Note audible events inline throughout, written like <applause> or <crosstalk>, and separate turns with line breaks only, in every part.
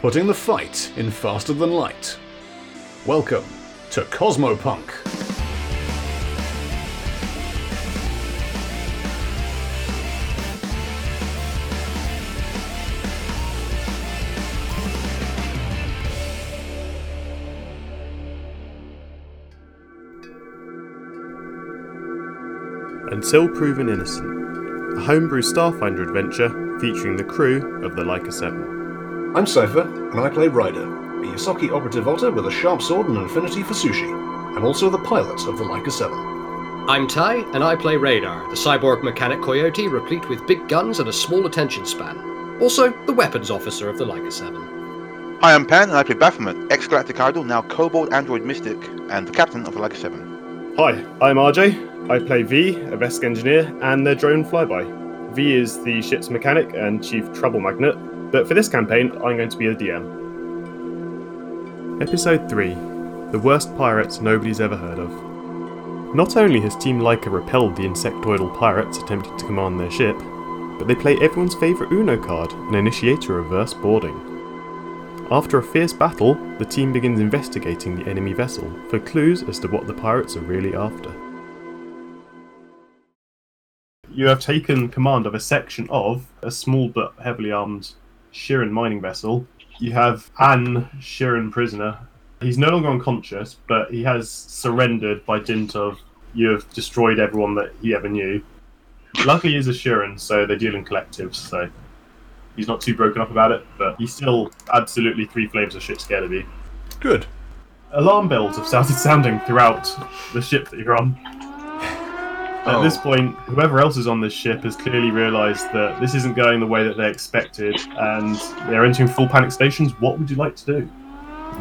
putting the fight in faster than light. Welcome to Cosmopunk.
Until Proven Innocent, a homebrew Starfinder adventure featuring the crew of the Leica 7.
I'm Cypher, and I play Ryder, a Yasaki operative otter with a sharp sword and an affinity for sushi. I'm also the pilot of the Leica 7.
I'm Ty, and I play Radar, the cyborg mechanic coyote replete with big guns and a small attention span. Also, the weapons officer of the Leica 7.
Hi, I'm Pan, and I play Baphomet, ex-galactic idol, now kobold android mystic, and the captain of the Leica 7.
Hi, I'm RJ. I play V, a Vesk engineer, and their drone flyby. V is the ship's mechanic and chief trouble magnet, but for this campaign, I'm going to be the DM. Episode 3 The Worst Pirates Nobody's Ever Heard of. Not only has Team Leica repelled the insectoidal pirates attempting to command their ship, but they play everyone's favourite Uno card and initiate a reverse boarding. After a fierce battle, the team begins investigating the enemy vessel for clues as to what the pirates are really after. You have taken command of a section of a small but heavily armed Shirin mining vessel. You have an Shirin prisoner. He's no longer unconscious, but he has surrendered by dint of you have destroyed everyone that he ever knew. Luckily, he's a Shirin, so they deal in collectives, so he's not too broken up about it, but he's still absolutely three flavors of shit scared of you.
Good.
Alarm bells have started sounding throughout the ship that you're on. At
Oh.
this point, whoever else is on this ship has clearly realised that this isn't going the way that they expected, and they're entering full panic stations. What would you like to do?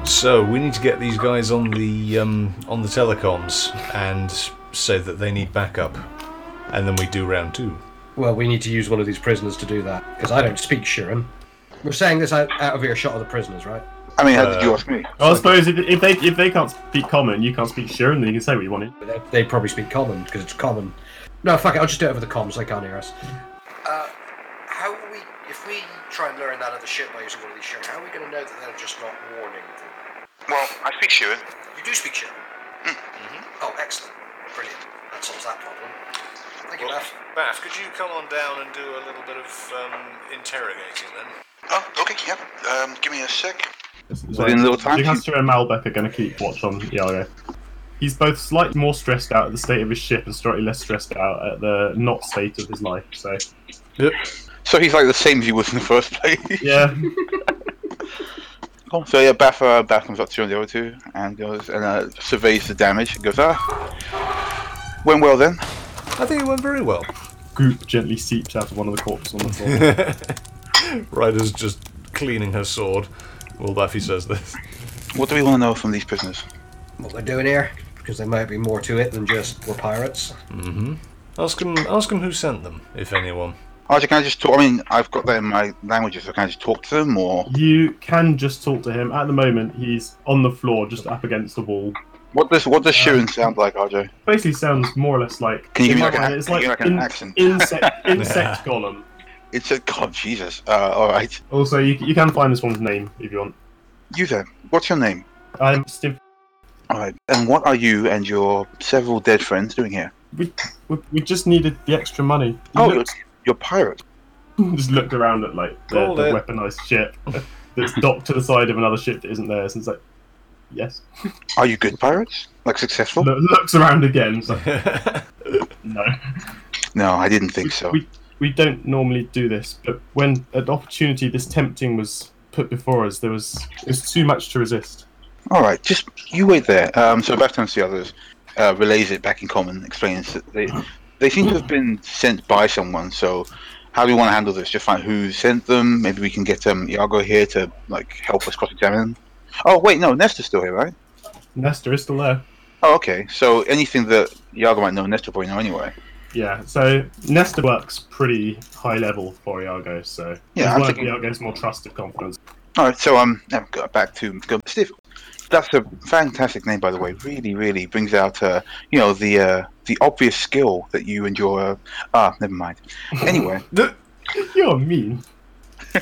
So we need to get these guys on the um, on the telecoms and say that they need backup, and then we do round two.
Well, we need to use one of these prisoners to do that, because I don't speak Shirin. We're saying this out, out of earshot of the prisoners, right?
I mean, how did
Uh,
you ask me?
I suppose if, if they if they can't speak common, you can't speak Shirin, then you can say what you wanted.
But They, they probably speak common, because it's common. No, fuck it, I'll just do it over the comms, they can't hear us. Uh, how will we, if we try and learn that other ship by using one of these Shirin, how are we going to know that they're just not warning them?
Well, I speak Shirin.
You do speak German? Oh, excellent. Brilliant. That solves that problem. Thank you, Beth.
Bath, could you come on down and do a little bit of um, interrogating then?
Oh, okay, yeah. Um, give me a sec.
So
Within a little time.
Lancaster and Malbec are going to keep watch on Iago. He's both slightly more stressed out at the state of his ship and slightly less stressed out at the not state of his life. So
Yep.
So he's like the same as he was in the first <laughs> place.
yeah,
So yeah, Bath, uh, Bath comes up to you on the other two and goes and uh, surveys the damage and goes, ah, went well then.
I think it went very well.
<laughs> goop gently seeps out of one of the corpses on the floor.
Ryder's just cleaning her sword. Well, Baffy says this.
What do we want to know from these prisoners?
What they're doing here? Because there might be more to it than just we're pirates.
Ask him. Ask him who sent them, if anyone. <laughs>
Archie, can I just talk? I mean, I've got that in my languages, so can I just talk to them or
you can just talk to him. At the moment, he's on the floor, just up against the wall.
what does what does Shirin sound like, RJ?
Basically, sounds more or less like
Can you give me
in my
like an ac-
mind, it's
can you give me
like,
like an
in-
accent? <laughs>
insect insect golem.
It's a God, Jesus. Uh, all right,
Also, you, you can find this one's name if you want. Um,
you then. What's your name?
I'm Stiv-
All right. And what are you and your several dead friends doing here?
we, we, we just needed the extra money. He
Oh,
looks-
you're, you're pirates.
<laughs> just looked around at like the,
Called it.
the weaponized ship that's docked to the side of another ship that isn't theirs. And it's like, yes.
Are you good pirates? Like successful?
Lo- looks around again. It's like, no,
No, I didn't think so.
we we don't normally do this, but when an opportunity this tempting was put before us, there was it was too much to resist.
All right, just you wait there. Um, so Bath turns to the others, uh, relays it back in common, explains that they they seem to have been sent by someone. So how do we want to handle this? Just find who sent them. Maybe we can get um, Iago here to like help us cross-examine. Oh wait, no, Nestor's still here, right?
Nestor is still there.
Oh, okay. So anything that Iago might know, Nestor probably know anyway.
Yeah, so Nestor works pretty high level for Iago, so
Yeah,
he's
I'm
one
thinking-
of Iago's more trusted confidants.
All right, so um, now go back to go, Steve. That's a fantastic name, by the way. Really, really brings out uh, you know, the uh, the obvious skill that you and your uh, ah, never mind. Anyway, <laughs>
You're mean.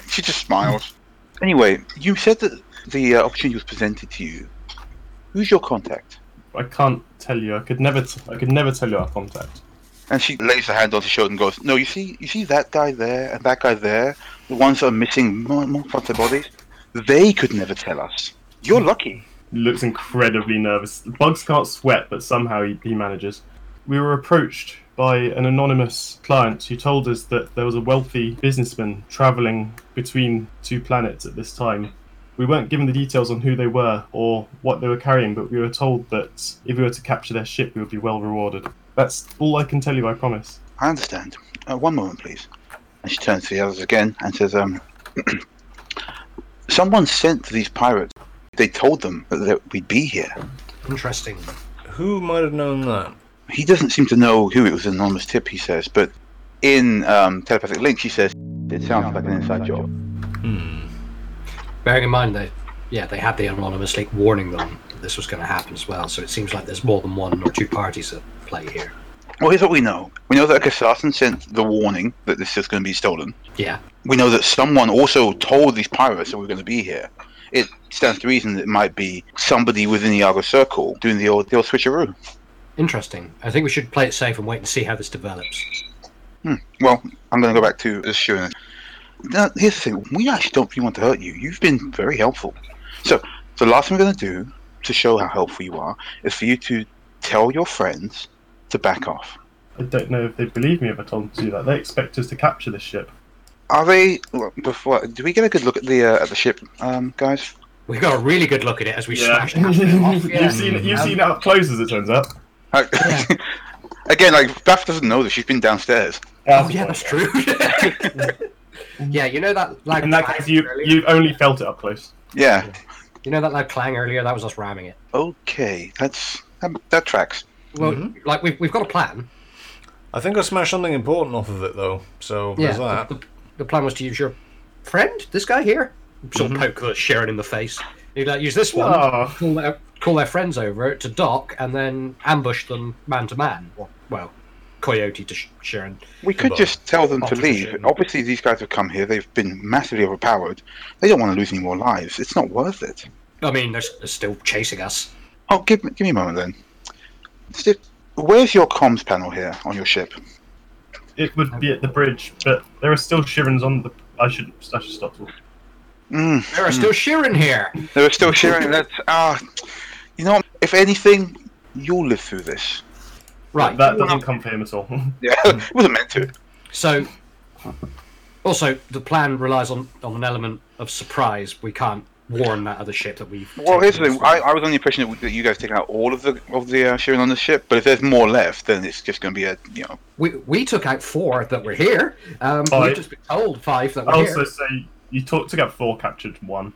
she just smiles. Anyway, you said that the uh, opportunity was presented to you. Who's your contact?
I can't tell you. I could never. T- I could never tell you our contact.
And she lays her hand on his shoulder and goes, "No, you see, you see that guy there and that guy there, the ones that are missing more, more parts of their bodies. They could never tell us. You're lucky."
He looks incredibly nervous. Bugs can't sweat, but somehow he, he manages. We were approached by an anonymous client who told us that there was a wealthy businessman traveling between two planets at this time. We weren't given the details on who they were or what they were carrying, but we were told that if we were to capture their ship, we would be well rewarded. That's all I can tell you, I promise.
I understand. Uh, one moment, please. And she turns to the others again and says, um, <clears throat> Someone sent these pirates. They told them that- that we'd be here.
Interesting.
Who might have known that?
He doesn't seem to know who it was an anonymous tip, he says, but in um, Telepathic Link, she says, It sounds like an inside job.
Bearing in mind that, yeah, they had the anonymous leak warning them that this was going to happen as well. So it seems like there's more than one or two parties at play here.
Well, here's what we know we know that a Kassatan sent the warning that this is going to be stolen.
Yeah.
we know that someone also told these pirates that we're going to be here. It stands to reason that it might be somebody within the other circle doing the old, the old switcheroo.
Interesting. I think we should play it safe and wait and see how this develops.
Well, I'm going to go back to assurance. Now, here's the thing: we actually don't really want to hurt you. You've been very helpful. So, the last thing we're going to do to show how helpful you are is for you to tell your friends to back off.
I don't know if they believe me if I told them to do that. They expect us to capture this ship.
Are they? look, Before, do we get a good look at the uh, at the ship, um, guys?
We got a really good look at it as we smashed <laughs> half of it off. Yeah.
<laughs> you've seen it. You've seen it up close as it turns out.
Uh, <laughs> Again, like Beth doesn't know this. She's been downstairs.
Oh, yeah, that's true. <laughs> yeah, you know that loud
In that
clang
case, you
earlier?
you've only felt it up close.
Yeah.
You know that loud clang earlier? That was us ramming it.
Okay, that's that, that tracks.
Well,
Mm-hmm.
like we've, we've got a plan.
I think I smashed something important off of it though. So
Yeah.
there's that.
The, the- the plan was to use your friend, this guy here, sort
Mm-hmm.
of poke the Sharon in the face. You'd like use this one,
Ah.
call their call their friends over to dock, and then ambush them man to man. Or well, coyote to Sh- Sharon.
We could
Goodbye.
just tell them to leave.
Opposition.
Obviously, these guys have come here. They've been massively overpowered. They don't want to lose any more lives. It's not worth it.
I mean, they're, s- they're still chasing us.
Oh, give me give me a moment then. Steve, where's your comms panel here on your ship?
It would be at the bridge, but there are still Shirins on the. I should. I should stop talking.
Mm,
There are still Sharon here.
there are still sharing that. Ah, you know, what? if anything, you'll live through this. <laughs>
Right.
That doesn't comfort him at all. <laughs>
Yeah, it wasn't meant to.
So, also the plan relies on on an element of surprise. We can't warn that other ship that we've.
Well,
taken
here's the
this
thing.
from.
I, I was under the impression that, that you guys taken out all of the of the uh, sharing on the ship, but if there's more left, then it's just going to be a you know
We, we took out four that were here. Um,
Five.
we've just been told five that were
I also
here.
say you talked about four captured one.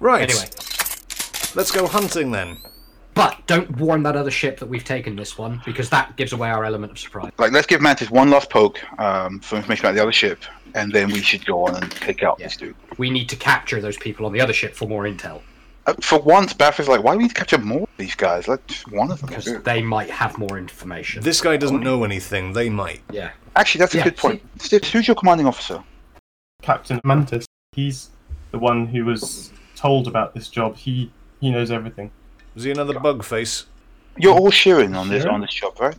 Right.
Anyway,
let's go hunting then.
but don't warn that other ship that we've taken this one because that gives away our element of surprise.
like let's give Mantis one last poke um, for information about the other ship, and then we should go on and take out this dude.
We need to capture those people on the other ship for more intel
Uh, for once, Bath is like, why do we need to capture more of these guys? Like just one of them. will
because
do."
they might have more information.
This guy doesn't know anything. They might.
yeah.
Actually, that's a
Yeah,
good point. Steve, who's your commanding officer?
Captain Mantis. He's the one who was told about this job. He he knows everything.
Was he another bug face?
You're all sharing on this
Sheeran?
on this job, right?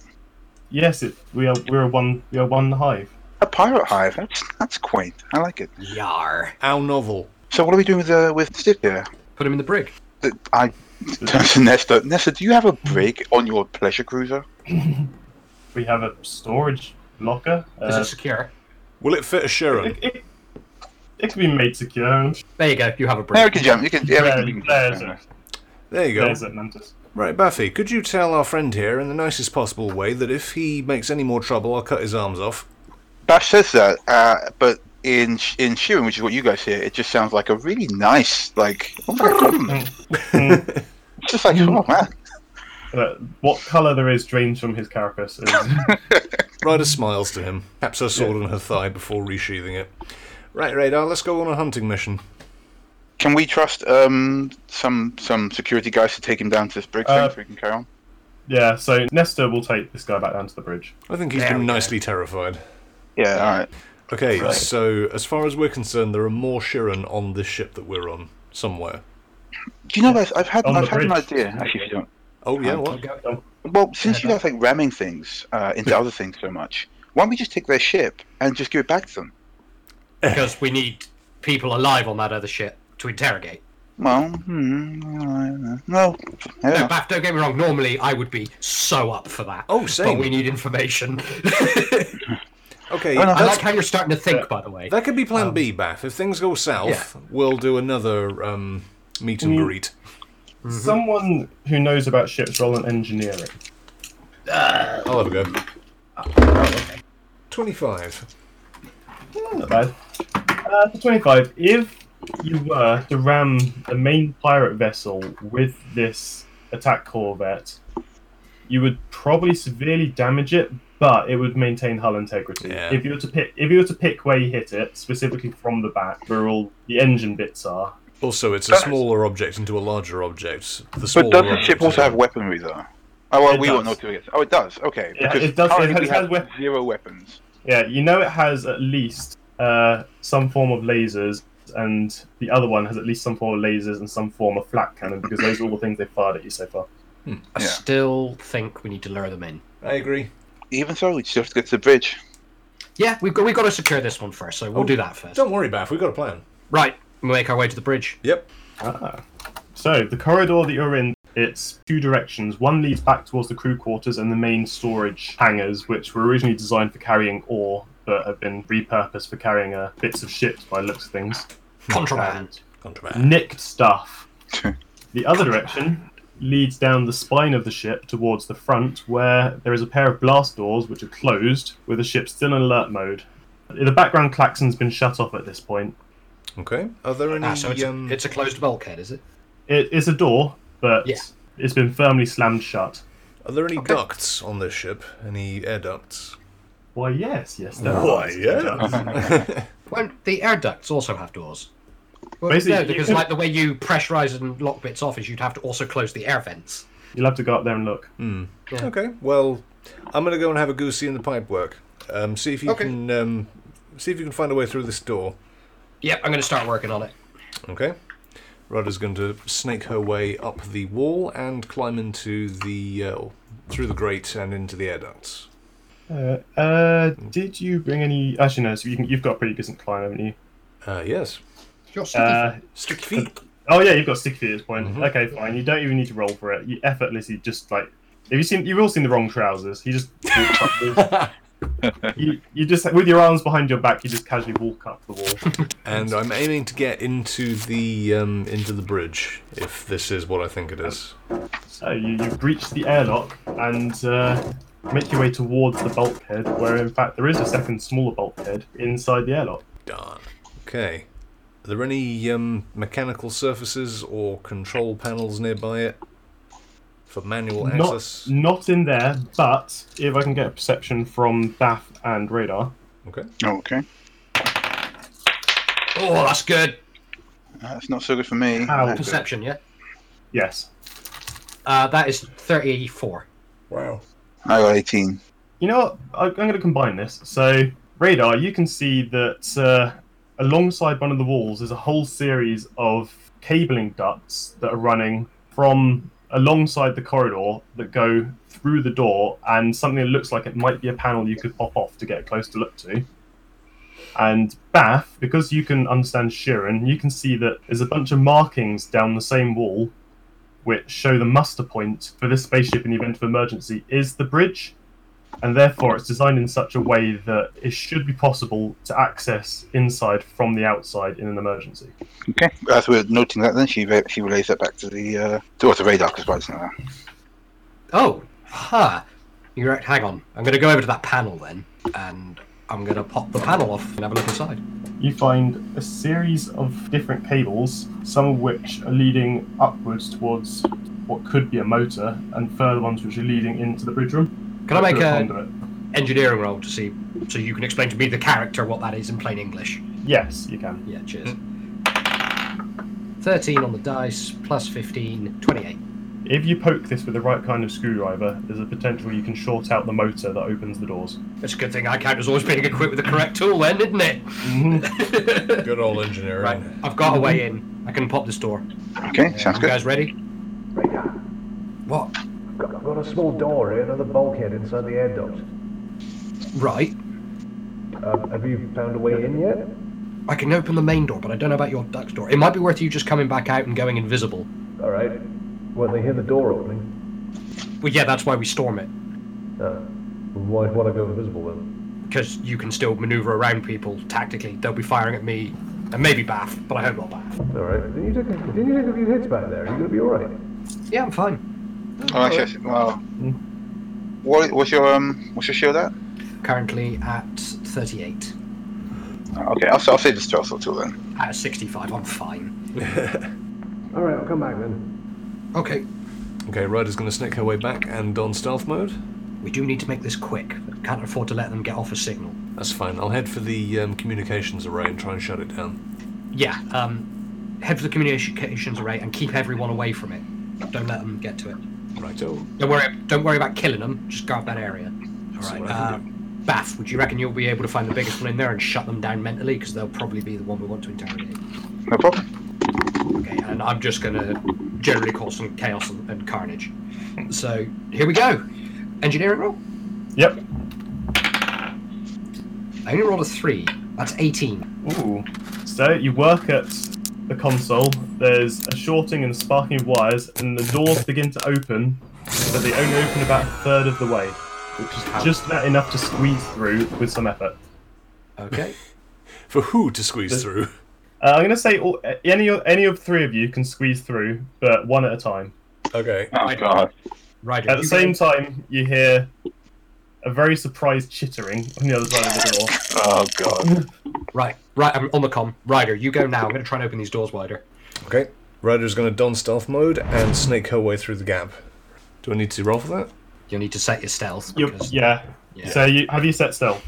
Yes, it, we are we're one we are one hive.
A pirate hive. That's that's quaint. I like it.
Yar.
Our novel.
So what are we doing with uh, with Steve here?
Put him in the brig.
Th- I <laughs> turns to Nesta. Nesta, do you have a brig on your pleasure cruiser?
We have a storage locker.
Is
Uh,
it secure?
Will it fit a Sharon?
it, <laughs> it, it can be made secure.
There you go. You have a
No, we
brig.
can jump. You can. Yeah, we
There,
can- we can-
there's it.
There you go.
There's it, Mantis.
Right, Baffy, could you tell our friend here in the nicest possible way that if he makes any more trouble, I'll cut his arms off?
Bash says that, uh, but in in Sheeran, which is what you guys hear, it just sounds like a really nice, like, oh my God.
Mm-hmm.
<laughs> it's just like, oh man,
Uh, what colour there is drains from his carapace. Is,
Ryder smiles to him, taps her sword on her thigh before resheathing it. Right, Radar, let's go on a hunting mission.
can we trust um some some security guys to take him down to this bridge
Uh,
thing so we can carry on?
yeah, so Nesta will take this guy back down to the bridge.
I think he's
There
been
we go.
nicely terrified.
Yeah, all right.
Okay,
Right.
so as far as we're concerned, there are more Shirin on this ship that we're on somewhere.
Do you know guys? I've had
On the
I've had an
bridge.
idea actually. If you don't,
Oh yeah,
Um,
I'll
what?
go.
well, since you
Yeah.
guys like ramming things uh, into other things so much, why don't we just take their ship and just give it back to them?
<laughs> Because we need people alive on that other ship to interrogate.
Well, hmm, no,
No,
yeah.
Bath, don't get me wrong. Normally, I would be so up for that.
Oh, same.
But we need information. <laughs>
Okay,
Oh, no,
I
that,
like how you're starting to think, by the way.
that could be Plan B, Bath. If things go south, we'll do another um, meet and
Mm.
greet.
Someone who knows about ships roll an engineering.
I'll have a go. Twenty-five.
Hmm, Not bad. Uh, for 25, if you were to ram the main pirate vessel with this attack corvette, you would probably severely damage it, but it would maintain hull integrity.
Yeah.
If you were to pick, if you were to pick where you hit it, specifically from the back, where all the engine bits are,
Also, it's a
Does-
smaller object into a larger object. The smaller
But does the
object
ship
is-
also have weaponry though? Oh well,
It
we won't know
does.
till it gets. Oh, it does. Okay,
Yeah,
because
it does- it
currently
has-
we
it has
have
wep-
zero weapons.
yeah, you know it has at least uh, some form of lasers. And the other one has at least some form of lasers and some form of flat cannon because those are all the things they fired at you so far.
I
Yeah.
still think we need to lure them in.
I agree.
Even so, we just have to get to the bridge.
Yeah, we've got, we've got to secure this one first, so we'll
Oh,
do that 1st
Don't worry, Bath. We've got a plan.
Right, we make our way to the bridge.
<laughs> Yep.
Ah. So the corridor that you're in, it's two directions. One leads back towards the crew quarters and the main storage hangars, which were originally designed for carrying ore, but have been repurposed for carrying uh, bits of ships by the looks of things.
Contraband.
Contraband.
Nicked stuff. the other direction leads down the spine of the ship towards the front, where there is a pair of blast doors which are closed, with the ship still in alert mode. In the background klaxon's been shut off at this point.
Okay. Are there any?
Ah, so it's,
um,
it's a closed bulkhead, is it?
It, it's a door, but
Yeah.
it's been firmly slammed shut.
Are there any
Okay.
ducts on this ship? Any air ducts?
Why, yes, yes, there are.
Why, <laughs> yeah.
Well, the air ducts also have doors. Well,
Basically,
no,
you
because
could-
like the way you pressurize and lock bits off is you'd have to also close the air vents.
You'll have to go up there and look.
Yeah.
okay. Well, I'm gonna go and have a goosey in the pipe work. Um, see if you
Okay.
can um, see if you can find a way through this door.
Yep, I'm going to start working on it.
Okay. Rudder's going to snake her way up the wall and climb into the uh, through the grate and into the air ducts.
Uh, uh, did you bring any? Actually, no. So you can, you've got a pretty decent climb, haven't you?
Uh, yes.
You're sticky.
Uh,
Sticky feet.
oh yeah, you've got sticky feet at this point.
Mhm.
Okay, fine. You don't even need to roll for it. You effortlessly just like. Have you seen? You've all seen the wrong trousers. You just. Walk up the, you, you just with your arms behind your back. You just casually walk up the wall.
And I'm aiming to get into the um, into the bridge if this is what I think it is.
so you, you breach the airlock and. Uh, Make your way towards the bulkhead, where in fact there is a second smaller bulkhead inside the airlock.
Darn. Okay. Are there any um, mechanical surfaces or control panels nearby it for manual
Not,
access?
not in there, but if I can get a perception from Bath and Radar.
Okay.
Oh, okay,
oh, that's good.
that's not so good for me.
Ow.
That's good.
Perception, yeah?
Yes.
Uh, that is 34.
Wow.
I got eighteen.
You know what? I, I'm going to combine this. So, Radar, you can see that uh, alongside one of the walls is a whole series of cabling ducts that are running from alongside the corridor that go through the door and something that looks like it might be a panel you could pop off to get a close to look to. And Bath, because you can understand Shirin, you can see that there's a bunch of markings down the same wall which show the muster point for this spaceship in the event of emergency is the bridge, and therefore it's designed in such a way that it should be possible to access inside from the outside in an emergency.
Okay, as we're noting that, then she re- she relays that back to the uh, to what, the radar because it's not there.
Oh, huh. You're right. Hang on. I'm going to go over to that panel then, and I'm going to pop the panel off and have a look inside.
You find a series of different cables, some of which are leading upwards towards what could be a motor, and further ones which are leading into the bridge room.
Can I make
Through
an
conduit.
engineering roll to see, so you can explain to me the character, what that is in plain English?
Yes, you can.
Yeah, cheers. 13 on the dice, plus 15, 28.
If you poke this with the right kind of screwdriver, there's a potential you can short out the motor that opens the doors.
It's a good thing iCount was always being equipped with the correct tool, then, isn't it?
Good old engineering.
<laughs> right, I've got a way in. I can pop this door.
Okay, sounds
You
good.
guys ready? What?
I've got a small door here, another bulkhead inside the air duct.
Right.
Um, have you found a way in yet?
I can open the main door, but I don't know about your duck's door. It might be worth you just coming back out and going invisible.
All right. Well, they hear the door opening.
Well, yeah, that's why we storm it.
Uh, why would I go invisible then?
Because you can still maneuver around people tactically. They'll be firing at me, and maybe Bath, but I hope not Bath.
All right. Didn't you take a, didn't you take a few hits back there? Are you gonna be all right?
Yeah, I'm fine.
Oh, actually, well,
Mm.
what, what's your um, what's your shield at?
Currently at 38.
Uh, Okay, I'll, I'll save the stealth tool then.
At 65, I'm fine.
All right. I'll come back then.
Okay.
Okay, Ryder's going to sneak her way back and on stealth mode.
We do need to make this quick. Can't afford to let them get off a signal.
That's fine. I'll head for the um, communications array and try and shut it down.
Yeah, um, head for the communications array and keep everyone away from it. Don't let them get to it.
Righto.
Don't worry. Don't worry about killing them. Just guard that area. All right.
what I can
Uh, Bath, would you reckon you'll be able to find the biggest one in there and shut them down mentally? Because they'll probably be the one we want to interrogate.
No problem.
Okay. And I'm just gonna generally cause some chaos and, and carnage. So here we go. Engineering roll.
Yep.
I only rolled a three. That's 18.
Ooh. So you work at the console. There's a shorting and sparking of wires, and the doors begin to open, but they only open about a third of the way, which is just about enough to squeeze through with some effort.
<laughs>
Okay.
For who to squeeze through? <laughs>
Uh, I'm gonna say all, any of- any of three of you can squeeze through, but one at a time.
Okay.
Oh god.
Right.
At the same time, you hear a very surprised chittering on the other side of <laughs> the door.
Oh god.
Right, right. I'm on the com. Ryder, you go now. I'm going to try and open these doors wider.
Okay. Ryder's going to don stealth mode and sneak her way through the gap. Do I need to roll for
You'll need to set your stealth.
You-
Because
yeah.
Yeah.
So you have you set stealth?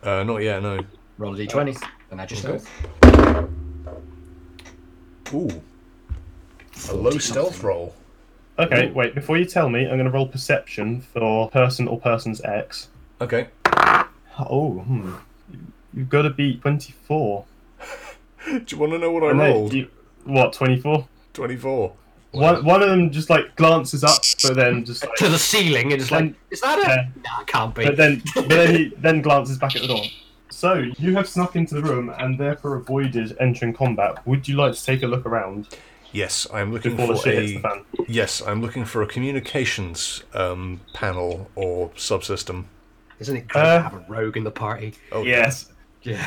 that? Uh, not yet, no.
Roll a d20 and add your
Okay.
stealth.
Ooh. A low stealth roll.
Okay, wait. Before you tell me, I'm gonna roll perception for person or person's X.
Okay.
Oh, hmm. you've got to beat 24.
<laughs> Do you want to know what I
And then
rolled?
you- what 24?
24.
One one of them just like glances up, but then just like,
<laughs> To the ceiling and it's like,
And-
is that it?
yeah.
Nah, it can't be.
but then but then he then glances back at the door. So you have snuck into the room and therefore avoided entering combat. Would you like to take a look around
Yes, I'm looking
before the
for
shit hits the
a
fan?
yes, I'm looking for a communications um, panel or subsystem.
Isn't it great
Uh,
to have a rogue in the party?
Oh,
Yes.
Yeah.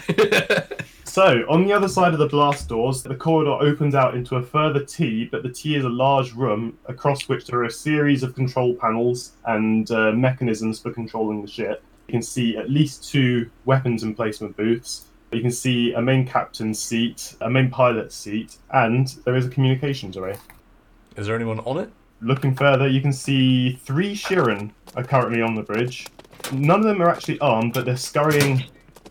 So, on the other side of the blast doors, the corridor opens out into a further T, but the T is a large room across which there are a series of control panels and uh, mechanisms for controlling the ship. You can see at least two weapons emplacement booths. You can see a main captain's seat, a main pilot's seat, and there is a communications array.
Is there anyone on it?
Looking further, you can see three Shirin are currently on the bridge. None of them are actually armed, but they're scurrying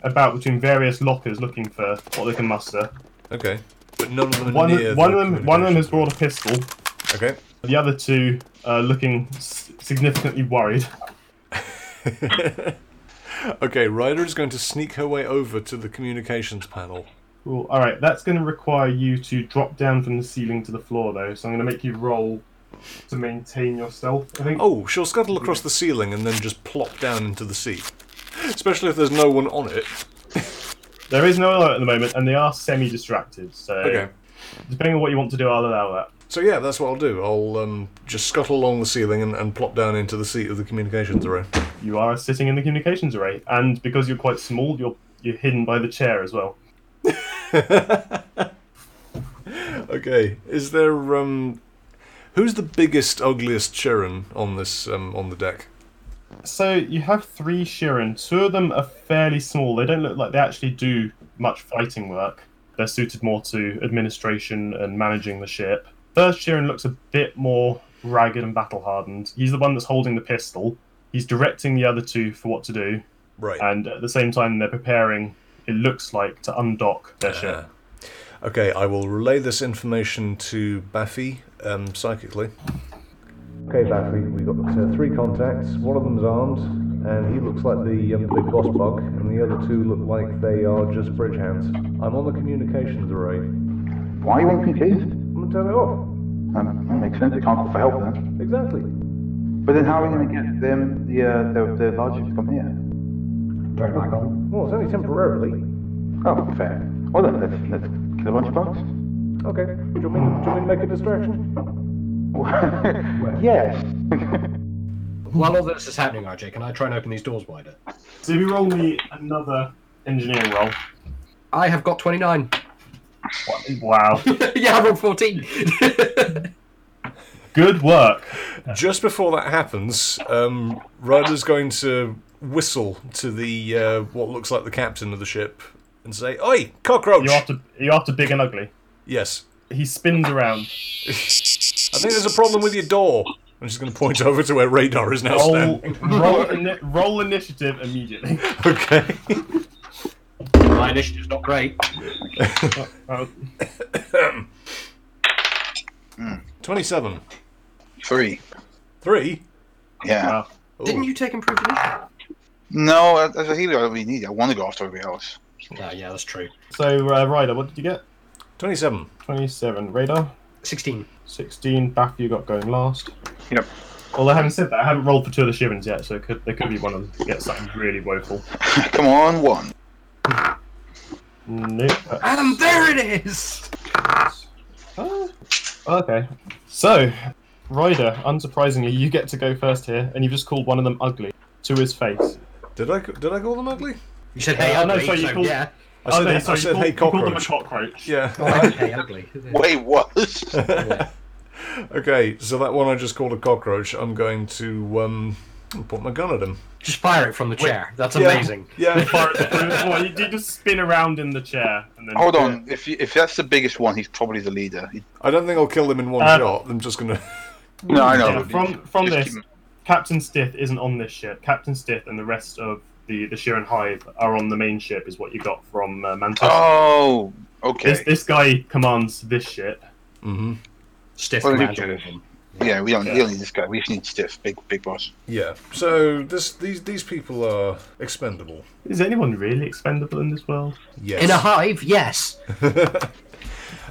about between various lockers looking for what they can muster.
Okay. But none of them are
One,
near
one
the
of them, one of them has
communications
brought a pistol.
room. Okay.
The other two are looking s- significantly worried.
<laughs> okay, Ryder is going to sneak her way over to the communications panel.
Cool. All right, that's going to require you to drop down from the ceiling to the floor, though. So I'm going to make you roll to maintain yourself. I think.
Oh, she'll scuttle across the ceiling and then just plop down into the seat. Especially if there's no one on it.
There is no alert at the moment, and they are semi-distracted. So
Okay.
depending on what you want to do, I'll allow that.
So yeah, that's what I'll do. I'll um, just scuttle along the ceiling and, and plop down into the seat of the communications array.
You are sitting in the communications array, and because you're quite small, you're you're hidden by the chair as well.
Okay. Is there um who's the biggest, ugliest Chiron on this um on the deck?
So you have three Shirin. Two of them are fairly small. They don't look like they actually do much fighting work. They're suited more to administration and managing the ship. First Shirin looks a bit more ragged and battle hardened. He's the one that's holding the pistol. He's directing the other two for what to do,
Right.
and at the same time they're preparing. It looks like to undock their ship.
Okay, I will relay this information to Baffy um, psychically.
Okay, back. We, we got uh, three contacts. One of them's armed, and he looks like the um, big boss bug, and the other two look like they are just bridge hands. I'm on the communications array.
Why are you on computers?
I'm gonna turn it off.
Um, that makes sense. They can't call for help then.
Exactly.
But then how are we going to get them the uh, the, the larger to come here?
Turn it back on.
Well, it's only temporarily.
Oh, fair. Well then, let's let's kill a bunch of bugs.
Okay. Do you, want me to, do you want me to make a distraction?
<laughs> yes.
While all this is happening, RJ, can I try and open these doors wider?
So if you roll me another engineering roll.
I have got 29.
Wow.
<laughs>
<laughs>
yeah, I rolled 14.
Good work.
Just before that happens, um, Ryder's going to whistle to the uh, what looks like the captain of the ship and say, "Oi, cockroach!"
You're after you're after big and ugly.
Yes,
He spins around.
I think there's a problem with your door. I'm just going to point <laughs> over to where radar is now
Roll,
standing.
Oh, roll, ini- roll initiative immediately. <laughs>
Okay.
<laughs> My initiative's not great.
Oh,
27.
Three.
Three.
Yeah.
wow.
Ooh.
Didn't you take improved initiative?
No, as as a healer, I don't really need. it. I want to go after everybody else. <laughs>
Oh, yeah, that's true.
So uh, Ryder, what did you get?
27.
Twenty-seven. Radar.
16.
16 back you got going last.
Yep.
Although having said that, I haven't rolled for two of the shivans yet, so it could, there could be one of them to get something really woeful.
Come on, one.
Nope. Uh, that's-
And there it is!
Oh, okay. So, Ryder, unsurprisingly, you get to go first here, and you've just called one of them ugly to his face.
Did I did I call them ugly?
You said, hey,
Uh, no,
ugly.
so you
so,
called-
yeah.
I said,
oh, no,
I
sorry, you
said
called,
hey
you called them a
cockroach.
cockroach.
Oh,
Yeah.
I said, hey, ugly.
Wait, <laughs> what?
okay, so that one I just called a cockroach. I'm going to um put my gun at him.
Just fire it from the chair. That's
Yeah.
<laughs> amazing.
Yeah.
Fire at the <laughs> room. Well, you, you just spin around in the chair. And then
Hold on. If you, if that's the biggest one, he's probably the leader. He-
<laughs> I don't think I'll kill them in one
Uh,
shot. I'm just <laughs> going to
No, I
Yeah,
know.
from from
Just
this,
keep-
Captain Stith isn't on this ship. Captain Stith and the rest of the the Sheeran Hive are on the main ship, is what you got from uh, Mantis.
Oh,
This
okay.
this guy commands this ship.
Mhm.
Stiff
Well,
command
you
all
do.
of them.
Yeah, we don't, we don't need this guy. We just need Stiff, big big boss.
Yeah. So this these these people are expendable.
Is anyone really expendable in this world?
Yes.
In a hive, yes.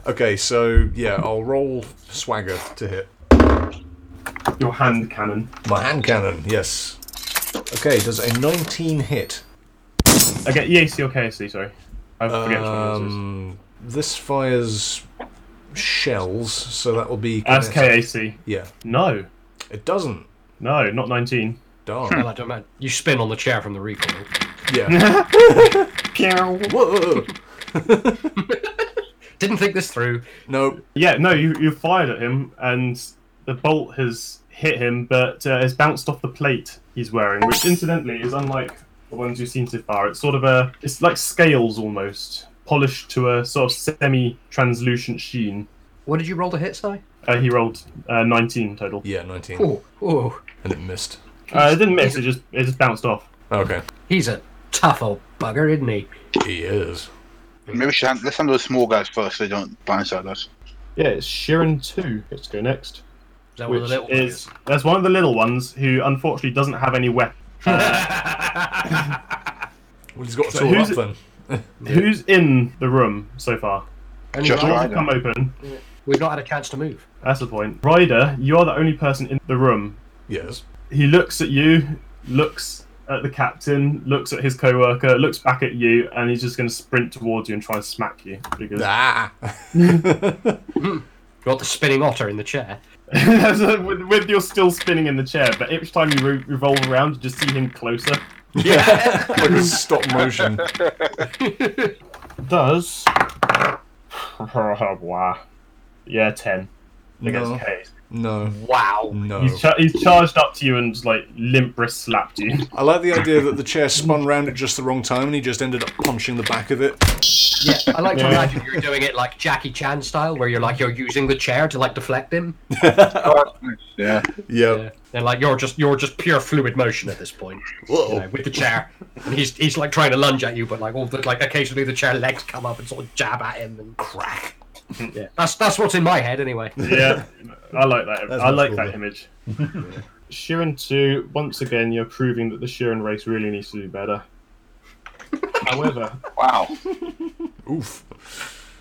okay, so yeah, I'll roll swagger to hit.
Your hand cannon
My hand cannon, yes. Okay, does a 19 hit?
Okay, EAC or KAC, sorry. I forget which one
Um, this fires shells, so that will be.
this is. As
kinetic.
KAC.
Yeah,
No.
it doesn't.
No, not 19.
Darn.
Well, I don't mind. You spin on the chair from the recoil.
Yeah. Whoa.
Didn't think this through.
No.
Yeah, no, you, you fired at him, and the bolt has hit him, but uh, has bounced off the plate he's wearing, which incidentally is unlike the ones you've seen so far. It's sort of a. It's like scales almost, polished to a sort of semi translucent sheen.
What did you roll to hit, Si?
Uh, he rolled uh, 19 total.
Yeah, 19,
Oh, oh.
and it missed.
Uh, it didn't miss, it just, it just bounced off.
Okay.
He's a tough old bugger, isn't he?
He is.
Maybe we should hand, let's handle the small guys first so they don't blindside us.
Yeah, it's Sheeran 2. Let's go next.
Is that one
which
of the little
is that's one of the little ones who unfortunately doesn't have any weapon.
Well, he's got to
So
tool up
who's it-
then.
Who's in the room so far?
Only
Just
one.
Doors
Ryder.
have come open.
We've not had a chance to move.
That's the point. Ryder, you are the only person in the room.
Yes.
He looks at you, looks at the captain, looks at his co-worker, looks back at you, and he's just going to sprint towards you and try and smack you because
Ah.
Got the spinning otter in the chair.
That's a- <laughs> with, with you're still spinning in the chair. But each time you re- revolve around, you just see him closer.
Yeah. <laughs> like a stop motion.
Does <laughs> Wow. yeah ten against
No.
Case.
No.
Wow.
No.
He's, cha- he's charged up to you and just, like limp wrist slapped you.
I like the idea that the chair spun round at just the wrong time and he just ended up punching the back of it.
Yeah, I like to
Yeah.
imagine you're doing it like Jackie Chan style, where you're like you're using the chair to like deflect him.
Yeah.
Yeah.
And like you're just you're just pure fluid motion at this point. you know, with the chair, and he's he's
<laughs>
like trying to lunge at you, but like all the like occasionally the chair legs come up and sort of jab at him and crack. Yeah, that's that's what's in my head anyway.
yeah, I like that.
That's
I
much
like
cooler.
that <laughs> image. Sheeran two. Once again, you're proving that the Sheeran race really needs to do
<laughs>
better. However,
Wow.
Oof.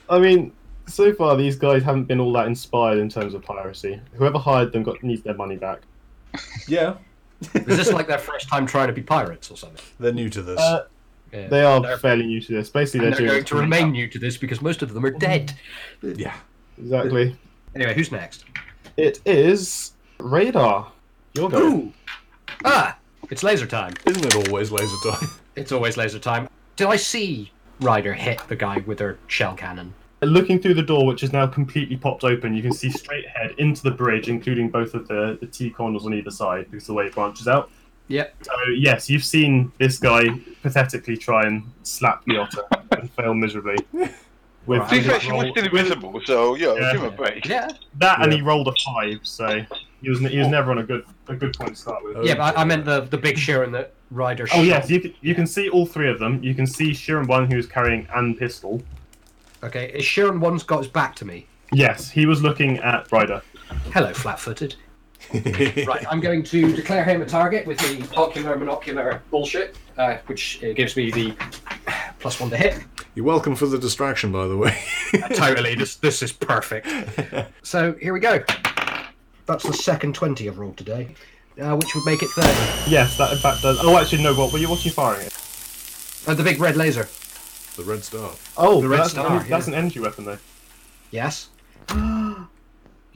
I mean, so far these guys haven't been all that inspired in terms of piracy. Whoever hired them got needs their money back.
Yeah,
Is this like their first time trying to be pirates or something?
they're new to this.
Uh,
Yeah.
They are
They're-
fairly new to this. Basically,
and
they're,
they're
doing
going
it
to remain new to this because most of them are dead.
yeah.
exactly.
Anyway, who's next?
It is radar. Your go.
Ooh. Ah, it's laser time.
Isn't it always laser time?
It's always laser time. Did I see Ryder hit the guy with her shell cannon?
Looking through the door, which is now completely popped open, you can see straight ahead into the bridge, including both of the, the T corners on either side because the way it branches out.
Yep.
So, yes, you've seen this guy pathetically try and slap the otter and fail miserably. With
Right.
To be
and
fair,
he
she was
rolled-
still invisible, so you know,
Yeah.
give him a break.
Yeah.
that and he rolled a five, so he was, he was never on a good a good point to start with.
Oh,
Yeah, but I, I meant the the big Sharon that Ryder.
Oh
shot.
yes, you can, you can see all three of them. You can see Sheeran one who's carrying an pistol.
Okay, is Sharon one's got his back to me.
Yes, he was looking at Ryder.
Hello, flat-footed. Right, I'm going to declare him a target with the ocular monocular bullshit, uh, which uh, gives me the plus one to
<laughs>
hit.
You're welcome for the distraction, by the way. <laughs>
totally, this this is perfect. So here we go. That's the second twenty I've rolled today, uh, which would make it thirty.
Yes, that in fact does. Oh, actually, no. What were you? What are you firing at?
Uh, the big red laser.
the red star.
Oh,
The red
that's,
star,
that's
yeah.
an energy weapon though. <gasps>
Yes.
You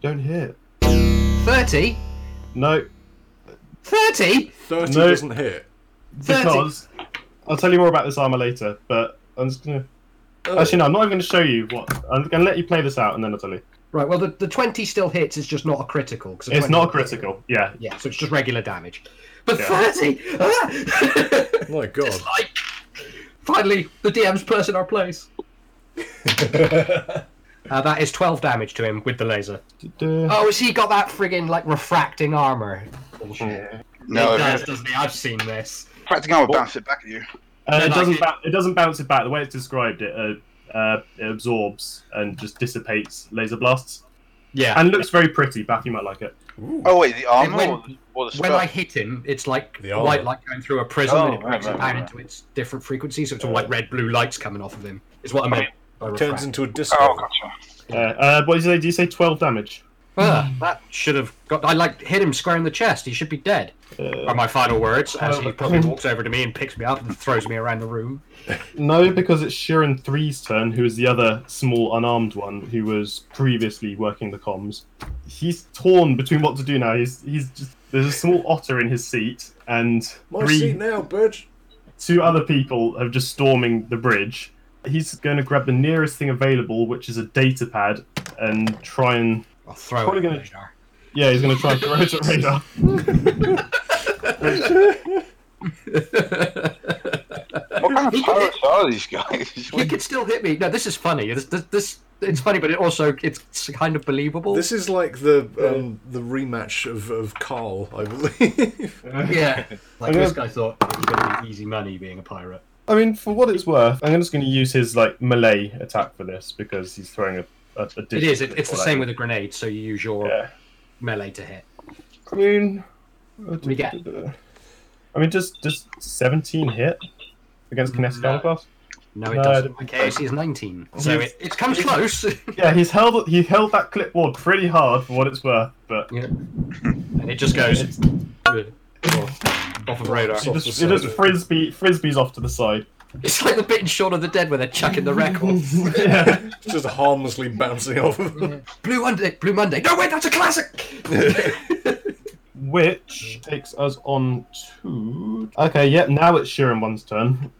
don't hit.
Thirty.
No,
Thirty.
Thirty
No.
doesn't hit.
Thirty.
because I'll tell you more about this armor later. But I'm just gonna.
Oh.
Actually, no. I'm not even gonna show you what. I'm gonna let you play this out and then I'll tell you.
Right. Well, the, the twenty still hits. It's just not a critical. 'cause a
It's
20
not critical. Yeah.
Yeah. So it's just regular damage. But
Yeah.
thirty. Ah! <laughs>
My God.
it's like finally the DM's person our place. Uh, that is twelve damage to him with the laser.
Oh.
Oh, has he got that friggin' like refracting armor?
Uh,
No,
It
if
does, doesn't he? I've seen this.
you're practicing armor bounce it back at you.
Uh, it
like
doesn't.
it-
Ba- it doesn't bounce it back. The way it's described, it, uh, uh, it absorbs and just dissipates laser blasts,
Yeah.
and looks very pretty. Bath, you might like it.
Ooh.
Oh wait, the armor
when-
or the, or the
when
spell?
I hit him, it's like
The armor.
white light going through a prism
Oh,
and it
right,
breaks
right,
it down
right.
into its different frequencies, so it's a white, red, blue lights coming off of him. Is what I meant. by
Turns
refract.
into a disco.
Oh, gotcha.
Uh, uh, what did you say? Do you say twelve damage?
Ah, that should have got. I like hit him square in the chest. He should be dead. Are my final words as he
<laughs>
probably walks over to me and picks me up and throws me around the room.
No, because it's Shirin Three's turn, who is the other small unarmed one who was previously working the comms. He's torn between what to do now. He's he's just there's a small otter in his seat, and
My
three
seat now, bitch.
two other people have just storming the bridge. He's going to grab the nearest thing available, which is a data pad, and try and
I'll throw
Probably
him.
gonna- yeah, he's going to try and throw it at radar.
What kind of pirates are these guys?
<laughs> He could still hit me. No, this is funny. This, this, this it's funny, but it also it's kind of believable.
This is like the um, the rematch of, of Carl, I believe. <laughs>
<laughs>
yeah, like
I'm
this guy thought it was going to be easy money being a pirate.
I mean, for what it's worth, I'm just going to use his like melee attack for this because he's throwing a. a, a
It
digital
is. It, it's the
for that.
same with a grenade, so you use your
Yeah.
melee to hit.
I mean, uh,
we get?
I mean, just just 17 hit against kinetic
No.
armor class.
Mm, No, it
No,
doesn't. My
it-
KAC is 19. So it, it comes
<laughs>
close. <laughs>
Yeah, he's held he held that clipboard pretty hard for what it's worth, but
yeah. And it just goes off of radar.
it
Off
just,
the
it just
side.
frisbee frisbees off to the
<laughs>
side.
It's like the bit in Shaun of the Dead where they're chucking the
<laughs>
records.
Yeah.
It's just harmlessly bouncing off of them.
Blue Monday, Blue Monday. No, wait, that's a classic!
Which takes us on to okay. Yep, now it's Sheeran one's turn.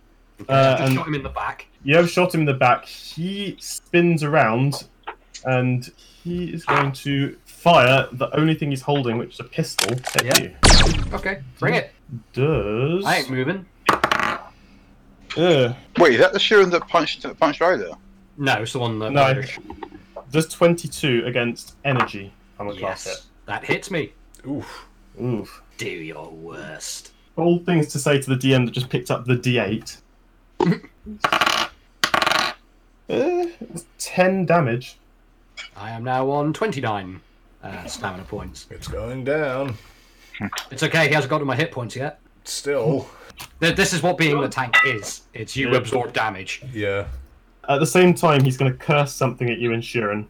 Uh,
just
and
shot him in the back.
you have shot him in the back. He spins around, and he is going to fire the only thing he's holding, which is a pistol. At
Yeah.
you.
Okay, bring it.
Does Uh,
I ain't moving.
Ugh.
Wait, is that the Sheeran that punched that punched Ryder?
No, it's the one that.
No. Does 22 against energy on a
Yes. That hits me.
Oof.
class hit. Oof.
Do your worst.
All things to say to the DM that just picked up
<laughs>
the D8. Eh, it's 10 Uh, damage.
I am now on 29 uh, stamina points.
It's going down.
It's okay, he hasn't gotten my hit points yet.
Still.
Th- This is what being the tank is. It's you absorb damage.
Yeah.
At the same time, he's going to curse something at you in
<laughs>
Sheeran.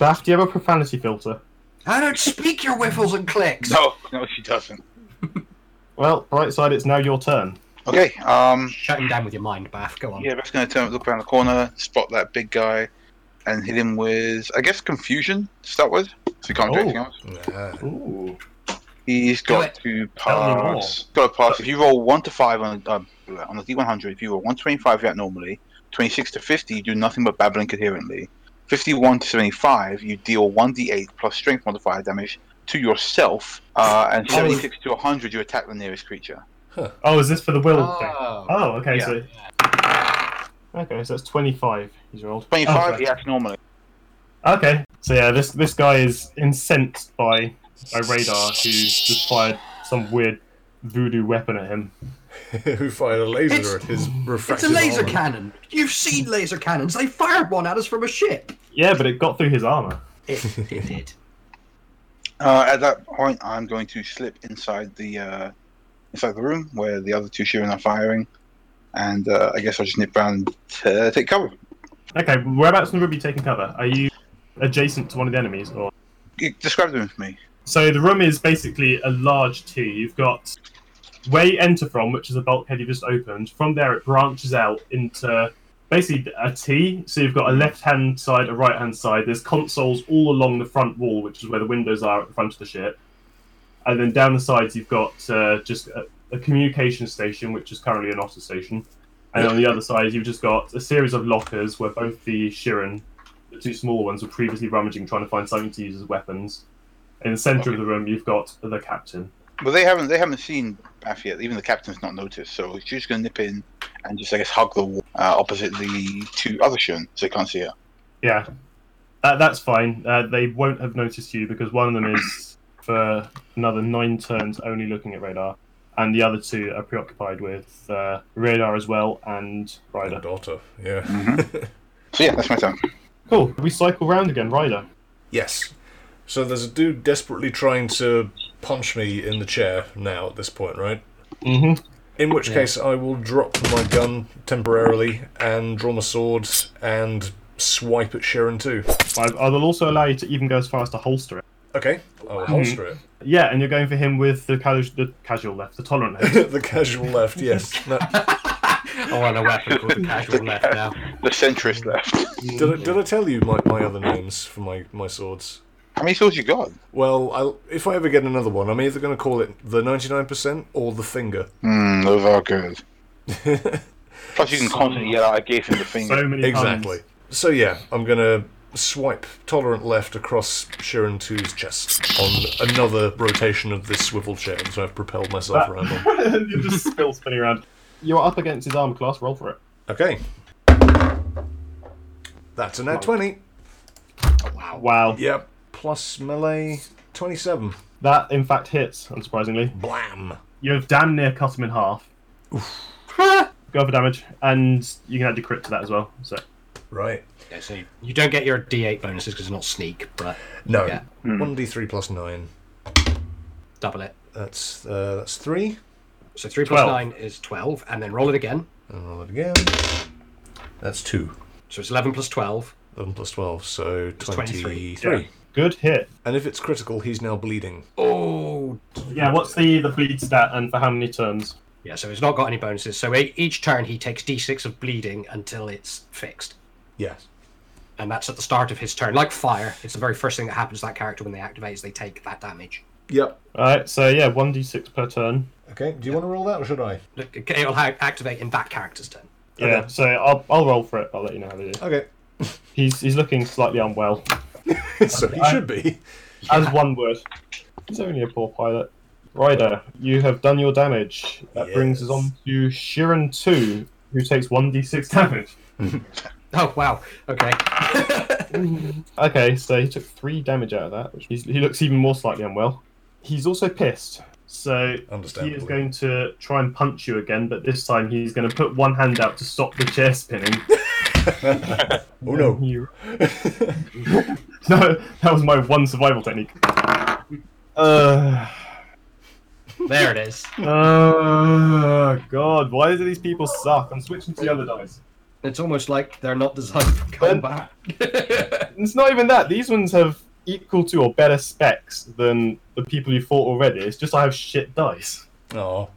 Bath, do you have a profanity filter?
I don't speak your whiffles and clicks.
No, no, she doesn't.
Well, bright side, it's now your turn.
Okay. Um.
Shut him down with your mind, Bath. Go on.
Yeah, that's going to turn, look around the corner, spot that big guy, and hit him with, I guess, confusion to start with. So he can't do
Oh.
anything else.
Nah. <laughs>
Ooh.
He's got to
Tell me more.
pass. Got to pass. If you roll one to five on um, on the D100, if you roll one twenty-five out normally, twenty-six to fifty, you do nothing but babbling coherently. Fifty-one to seventy-five, you deal one D8 plus strength modifier damage to yourself, uh, and
Oh.
seventy-six to hundred, you attack the nearest creature.
Oh, is this for the will thing?
Oh.
Oh, okay,
Yeah.
so. Okay, so that's 25 he's rolled.
Twenty-five,
Oh,
he acts normally.
Okay, so yeah, this this guy is incensed by by radar, who just fired some weird voodoo weapon at him.
Who fired a laser
It's-
at his
It's
refractive
a laser
armor.
cannon. You've seen laser cannons. They fired one at us from a ship.
Yeah, but it got through his armor.
<laughs> It, it did. <laughs>
Uh, at that point, I'm going to slip inside the uh, inside the room where the other two Shirin are firing, and uh, I guess I'll just nip around to take cover.
Okay, whereabouts in the room are you taking cover? Are you adjacent to one of the enemies, or
You- Describe them to me.
So the room is basically a large T. You've got where you enter from, which is a bulkhead you just opened. From there, it branches out into basically a T. So you've got a left-hand side, a right-hand side. There's consoles all along the front wall, which is where the windows are at the front of the ship. And then down the sides, you've got uh, just a, a communication station, which is currently an otter station. And on the other side, you've just got a series of lockers where both the Shirin, the two smaller ones, were previously rummaging, trying to find something to use as weapons. In the centre of the room, you've got the captain.
Well, they haven't they haven't seen Baff yet. Even the captain's not noticed, so she's just going to nip in and just I guess hug the wall uh, opposite the two other Shun, so they can't see her.
Yeah, that, that's fine. Uh, they won't have noticed you because one of them is for another nine turns only looking at radar, and the other two are preoccupied with uh, radar as well and
The
Ryder.
daughter. Yeah.
So yeah, that's my turn.
Cool. We cycle round again, Ryder.
Yes. So there's a dude desperately trying to punch me in the chair now at this point, right?
Mm-hmm.
In which case, I will drop my gun temporarily and draw my sword and swipe at Sharon too.
I, I will also allow you to even go as far as to holster it.
Okay,
Mm-hmm.
I'll holster it.
Yeah, and you're going for him with the, casu- the casual left, the tolerant <laughs>
<laughs>
left.
the casual left, yes. No,
I want Oh, a weapon called the casual left now.
The centrist left.
did, I, did I tell you my, my other names for my, my swords?
<laughs> How many swords you got?
Well, I'll, if I ever get another one, I'm either going to call it the 99% or the finger.
Hmm, those are good. Plus, you can constantly yell out, "I gave him the finger."
<laughs> So many <laughs>
Exactly.
times.
So yeah, I'm gonna swipe tolerant left across Shirin 2's chest on another rotation of this swivel chair that I've propelled myself around on.
you just spill spinning around. You're up against his armor class. Roll for it.
Okay. That's an ad 20.
Wow.
Yep. Plus melee 27.
That, in fact, hits, unsurprisingly.
Blam.
You've damn near cut him in half.
<laughs>
Go for damage, and you can add your crit to that as well. So
Right.
Yeah, so you- you don't get your D8 bonuses because it's not sneak, but
No.
Yeah.
1d3 plus 9.
double it.
That's uh, that's 3.
So 3 plus
12.
9 is 12, and then roll it again.
And roll it again. That's 2.
So it's 11 plus 12.
11 plus 12, so
23.
23.
yeah. good hit.
And if it's critical, he's now bleeding.
Oh!
Yeah. What's the the bleed stat and for how many turns?
Yeah, so it's not got any bonuses. So e- each turn he takes D6 of bleeding until it's fixed.
Yes.
And that's at the start of his turn. Like fire, it's the very first thing that happens to that character when they activate is they take that damage.
Yep.
All right. So yeah, one d six per turn.
Okay, do you want to roll that or should I?
Look, It'll ha- activate in that character's turn.
Yeah. So I'll I'll roll for it. I'll let you know how they do.
Okay.
He's he's looking slightly unwell.
<laughs> so he
I-
should be.
As one would. He's only a poor pilot. Ryder, you have done your damage. That brings us
Yes.
on to Shirin two, who takes one d six damage.
Oh, wow. Okay.
Okay, so he took three damage out of that, which he's, he looks even more slightly unwell. He's also pissed, so he is
Understandably.
going to try and punch you again, but this time he's going to put one hand out to stop the chair spinning.
Oh no.
You.
<laughs>
no, that was my one survival technique. Uh,
There it is.
uh, God, why do these people suck? I'm switching to the other dice.
It's almost like they're not designed for combat.
It's not even that. These ones have equal to or better specs than the people you fought already. It's just I have shit dice.
Oh.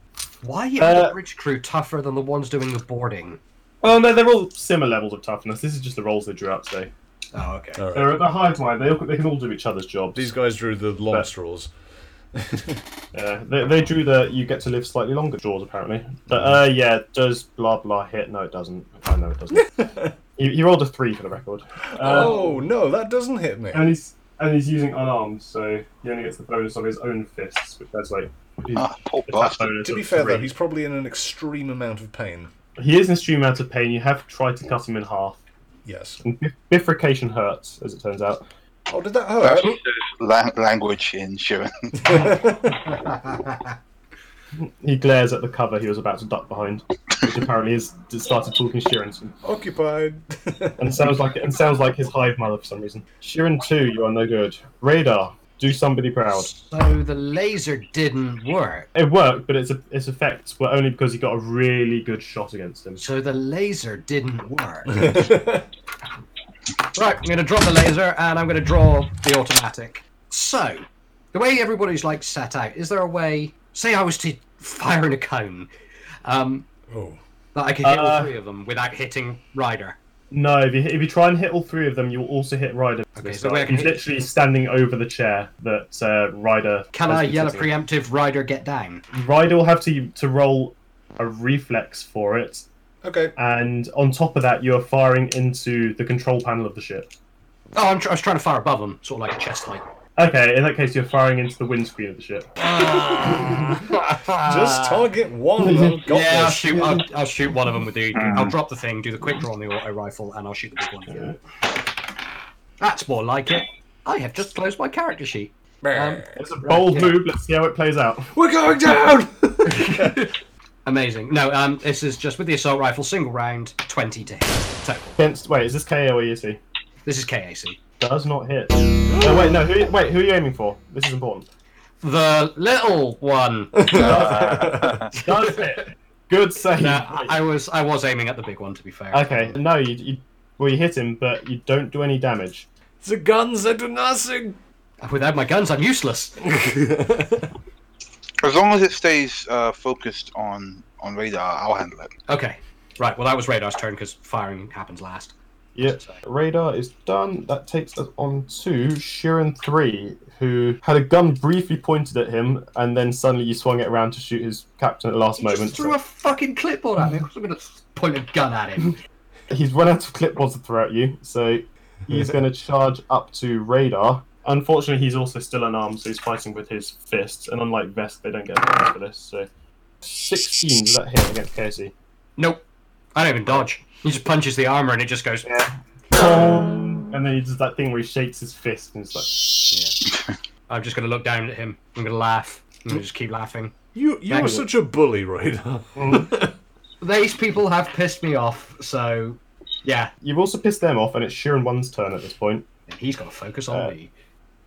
Why are
Uh,
the bridge crew tougher than the ones doing the boarding?
Well, no, they're all similar levels of toughness. This is just the rolls they drew out today.
Oh, okay.
All right.
They're at the hive mind. They, all, they can all do each other's jobs.
These guys drew the long straws.
Yeah, they, they drew the you get to live slightly longer draws apparently. But uh, yeah, does blah blah hit? No, it doesn't. I know it doesn't. <laughs> he, he rolled a three for the record. Uh,
oh no, that doesn't hit me.
And he's and he's using unarmed, so he only gets the bonus of his own fists, which that's like. his
Ah, poor
attack
bastard.
bonus
To be
of
fair though,
three.
he's probably in an extreme amount of pain.
he is in extreme amount of pain. You have tried to cut him in half.
Yes.
And bif- bifurcation hurts, as it turns out.
Oh, did that hurt?
Perhaps there's Uh, lang- language in Shirin.
He glares at the cover he was about to duck behind, which apparently is started talking Sheeran
<laughs>
<laughs>
Occupied. <laughs>
and sounds like and sounds like his hive mother for some reason. Sheeran two, you are no good. Radar, do somebody proud.
So the laser didn't work.
It worked, but its its effects were only because he got a really good shot against him.
So the laser didn't work. Right, I'm going to drop the laser and I'm going to draw the automatic. So, the way everybody's like set out, is there a way, say I was to fire in a cone, um,
oh.
that I could hit all
Uh,
three of them without hitting Ryder?
No, if you, if you try and hit all three of them, you'll also hit Ryder.
Okay,
This
so where
guy.
can
He's
he-
literally standing over the chair that uh, Ryder.
Can
has
I
been
yell a
sitting in.
preemptive Ryder get down?
Ryder will have to to roll a reflex for it,
Okay.
and on top of that, you are firing into the control panel of the ship.
Oh, I'm tr- I was trying to fire above them, sort of like a chest height.
Okay, in that case, you're firing into the windscreen of the ship.
Ah.
<laughs>
Just target one. I've got
Uh, yeah, I'll
this.
shoot. I'll, I'll shoot one of them with the. I'll drop the thing, do the quick draw on the auto rifle, and I'll shoot the big one. That's more like it. I have just closed my character sheet. Um,
It's a bold
yeah.
move. Let's see how it plays out.
We're going down. <laughs>
Amazing. No, um, this is just with the assault rifle, single round, twenty to hit total.
Against wait, is this KO or EC?
This is KAC.
Does not hit. No, wait, no. Who, wait, who are you aiming for? This is important.
The little
<laughs>
one.
Does it? <laughs> Good save.
No, I I was I was aiming at the big one to be fair.
okay, no, you, you well you hit him, but you don't do any damage.
the guns they do nothing.
Without my guns, I'm useless.
<laughs> As long as it stays uh, focused on on radar, I'll handle it.
Okay. Right. Well, that was Radar's turn because firing happens last.
Yep. Radar is done. That takes us on to Sheeran three, who had a gun briefly pointed at him, and then suddenly you swung it around to shoot his captain at the last
He
moment.
Just threw a fucking clipboard at me. Of course I'm gonna point a gun at him.
he's run out of clipboards to throw at you, so he's going to charge up to radar. Unfortunately, he's also still unarmed, so he's fighting with his fists. And unlike Vest, they don't get a bonus for this. So, sixteen does that hit against Casey?
Nope. I don't even dodge. He just punches the armor and it just goes.
And then he does that thing where he shakes his fist and it's like,
I'm just gonna look down at him. I'm gonna laugh. I'm gonna just keep laughing.
You you are
Magnet.
such a bully, Radar.
"Mm."
These people have pissed me off, so yeah,
"You've also pissed them off." And it's Sheeran one's turn at this point.
he's got to focus on
Uh,
me.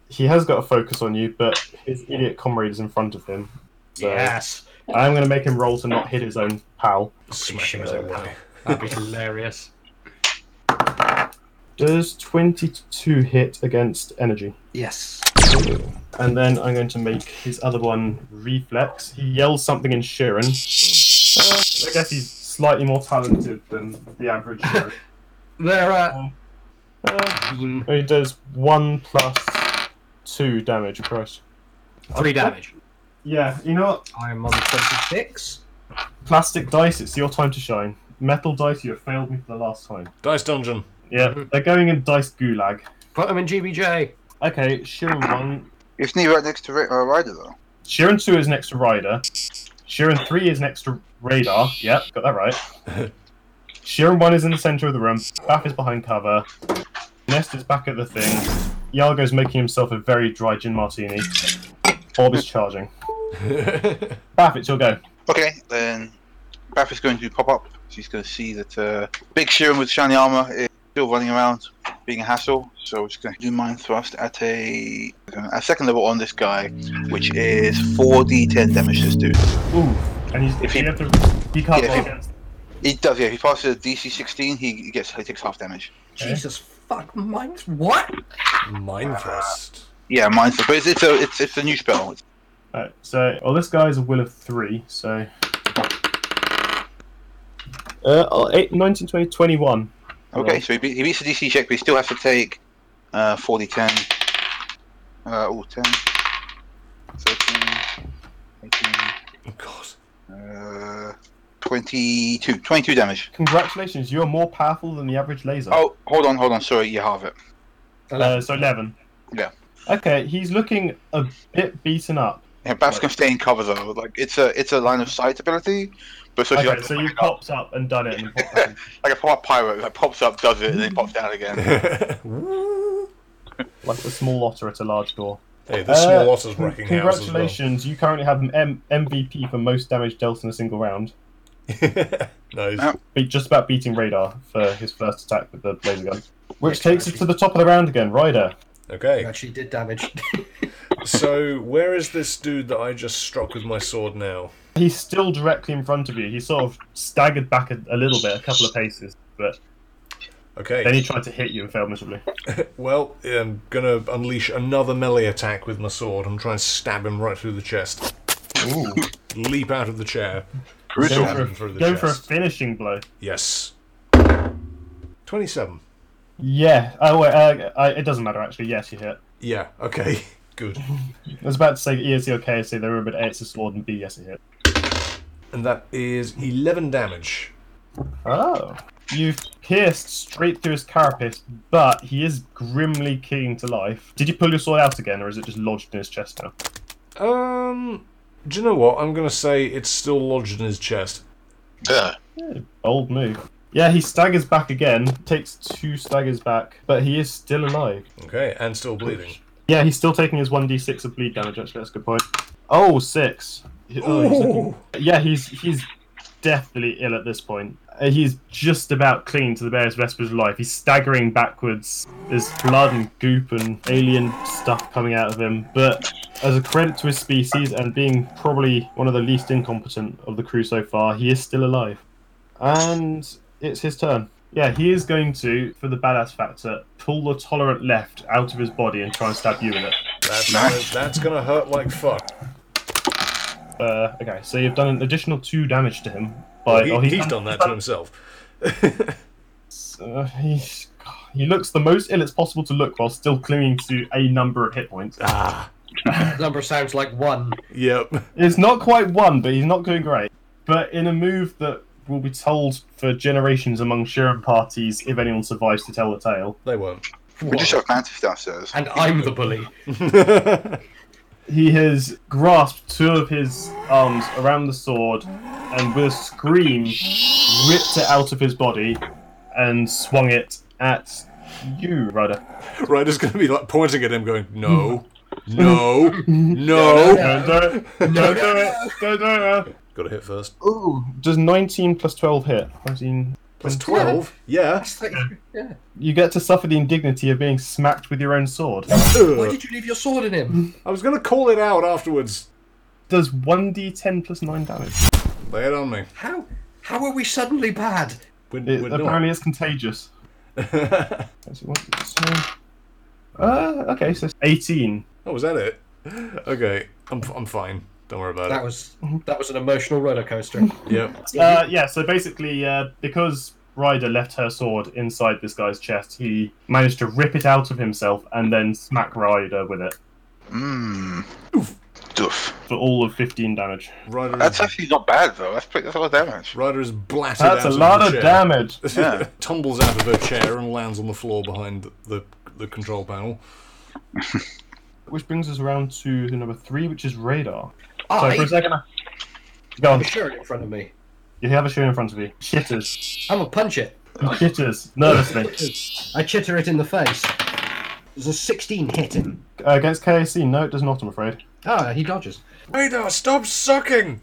He has got a focus on you, but his idiot comrade is in front of him. So
yes,
I'm going to make him roll to not hit his own pal.
smash him as
that
a pal. That'd be hilarious.
Does 22 hit against energy?
<laughs> Yes.
And then I'm going to make his other one reflex. He yells something in Sheeran. I guess he's slightly more talented than the average <laughs> Sheeran.
They're uh,
Uh,
mm,
he does one plus two damage across.
three damage.
Yeah, you know what?
I'm on twenty-six.
Plastic dice, it's your time to shine. Metal dice, you have failed me for the last time.
Dice dungeon.
Yeah, they're going in dice gulag.
Put them in GBJ.
Okay, Sheeran 1.
Isn't he right next to Ra- uh, Ryder though?
Sheeran 2 is next to Ryder. Sheeran 3 is next to Radar. Yep, got that right. Sheeran 1 is in the center of the room. Bath is behind cover. Nest is back at the thing. Yargo's making himself a very dry gin martini. Bob is charging. Bath, it's your go.
Okay, then Bath is going to pop up She's going to see that uh, Big Sheeran with shiny armor is still running around, being a hassle. So she's going to do mind thrust at a a second level on this guy, which is 4d10 damage to this dude.
Ooh, and he's
If
if
he-
he, have to, he can't
yeah, if
roll
he-
against.
He does, yeah. If he passes a DC 16, he he gets he takes half damage.
Jesus fuck, mind what?
Mind thrust.
Yeah, mind thrust. But it's, it's a it's, it's a new spell. It's
Alright, so well, this guy's a will of three, so. Uh, oh, 8, 19, 20, 21.
Okay, so he, beat, he beats the DC check, but he still has to take uh, 40 10. Uh, oh, 10, 13, 18,
Oh, God. <laughs>
uh, 22. 22 damage.
Congratulations, you are more powerful than the average laser.
Oh, hold on, hold on. Sorry, you have it.
Uh, so 11.
Yeah.
Okay, he's looooking a bit beaten up.
Yeah, Bats can stay in cover though. Like it's a it's a line of sight ability, but so,
Okay,
like,
so you popped up and done it. And popped back in.
like a pop pirate that pops up, does it, and then pops down
<laughs>
again.
like a small otter at a large door.
Hey, this small
Uh,
otter's wrecking house as well.
Congratulations, you currently have an M- MVP for most damage dealt in a single round.
<laughs> nice.
Oh.
Be- just about beating Radar for his first attack with the laser gun. Which takes us to the top of the round again, Ryder.
Okay.
You actually did damage.
So, where is this dude that I just struck with my sword now?
He's still directly in front of you. He sort of staggered back a, a little bit, a couple of paces, but then
Okay.
he tried to hit you and failed miserably.
Well, I'm gonna unleash another melee attack with my sword. I'm trying to stab him right through the chest.
Ooh.
Leap out of the chair.
Go
Stab
for
him through
a,
the
go for a
chest.
finishing blow.
Yes. 27.
Yeah. Oh, wait, uh, I, it doesn't matter, actually. Yes, you hit.
Yeah, okay. <laughs> Good.
I was about to say, E, is he okay? So they were a bit A, it's a sword, and B, yes, he hit.
And that is 11 damage.
Oh. You've pierced straight through his carapace, but he is grimly keen to life. Did you pull your sword out again, or is it just lodged in his chest now?
Um. Do you know what? I'm gonna say it's still lodged in his chest.
Yeah.
Old move. Yeah, he staggers back again, takes two staggers back, but he is still alive.
Okay, and still bleeding.
Yeah, he's still taking his 1d6 of bleed damage, actually, that's a good point. Oh, six. He- oh, he's looking- yeah, he's he's deathly ill at this point. Uh, He's just about clean to the barest vespers of life. He's staggering backwards. There's blood and goop and alien stuff coming out of him. But as a credit to his species and being probably one of the least incompetent of the crew so far, he is still alive. And it's his turn. Yeah, he is going to, for the badass factor, pull the tolerant left out of his body and try and stab you in it.
That's gonna,
Nice.
that's gonna hurt like fuck.
Uh, okay, so you've done an additional two damage to him. By,
He-
oh,
he's done that to himself.
Uh, he's, he looks the most ill it's possible to look while still clinging to a number of hit points.
Ah.
Number sounds like one.
Yep.
It's not quite one, but he's not doing great. But in a move that will be told for generations among Shiran parties, if anyone survives to tell the tale,
They won't. <laughs>
We just have fancy stuff, says.
And I'm the bully.
he has grasped two of his arms around the sword and with a scream ripped it out of his body and swung it at you, Rudder.
Ryder's gonna be like pointing at him, going, "No, no, no."
Don't do it! Don't do it! Don't do it! now.
Gotta hit first.
Oh,
Ooh, does 19 plus 12 hit? 19.
Plus twelve. Yeah.
It's like, yeah.
You get to suffer the indignity of being smacked with your own sword.
Why
Ugh.
did you leave your sword in him?
I was gonna call it out afterwards.
Does 1d10 plus 9 damage.
Lay it on me.
How? How are we suddenly bad?
We're,
It,
we're
apparently, it's contagious.
not.
That's what it says. Uh, okay, so it's 18.
<laughs> oh, was that it? Okay, I'm I'm fine. Don't worry about
That was that was an emotional roller <laughs> coaster.
it. Yep.
Uh, yeah, so basically, uh, because Ryder left her sword inside this guy's chest, he managed to rip it out of himself and then smack Ryder with it
Mmm. Doof.
for all of 15 damage.
Ryder
That's
is,
actually not bad though. That's pretty. That's a lot of damage.
Ryder is blatted
That's a
out
lot
of
of
the chair. <laughs>
damage.
Yeah.
Tumbles out of her chair and lands on the floor behind the the control panel.
Which brings us around to the number three, which is Radar. So for
I
a second, I- go on.
have Oh, a shirt in front of me.
You have a shoe in front of you. Shitters.
I'm gonna punch it.
Shitters. Nervously.
I chitter it in the face. There's a 16 hit him.
Uh, against KAC, no, it does not, I'm afraid.
Ah, he dodges.
Radar, stop sucking!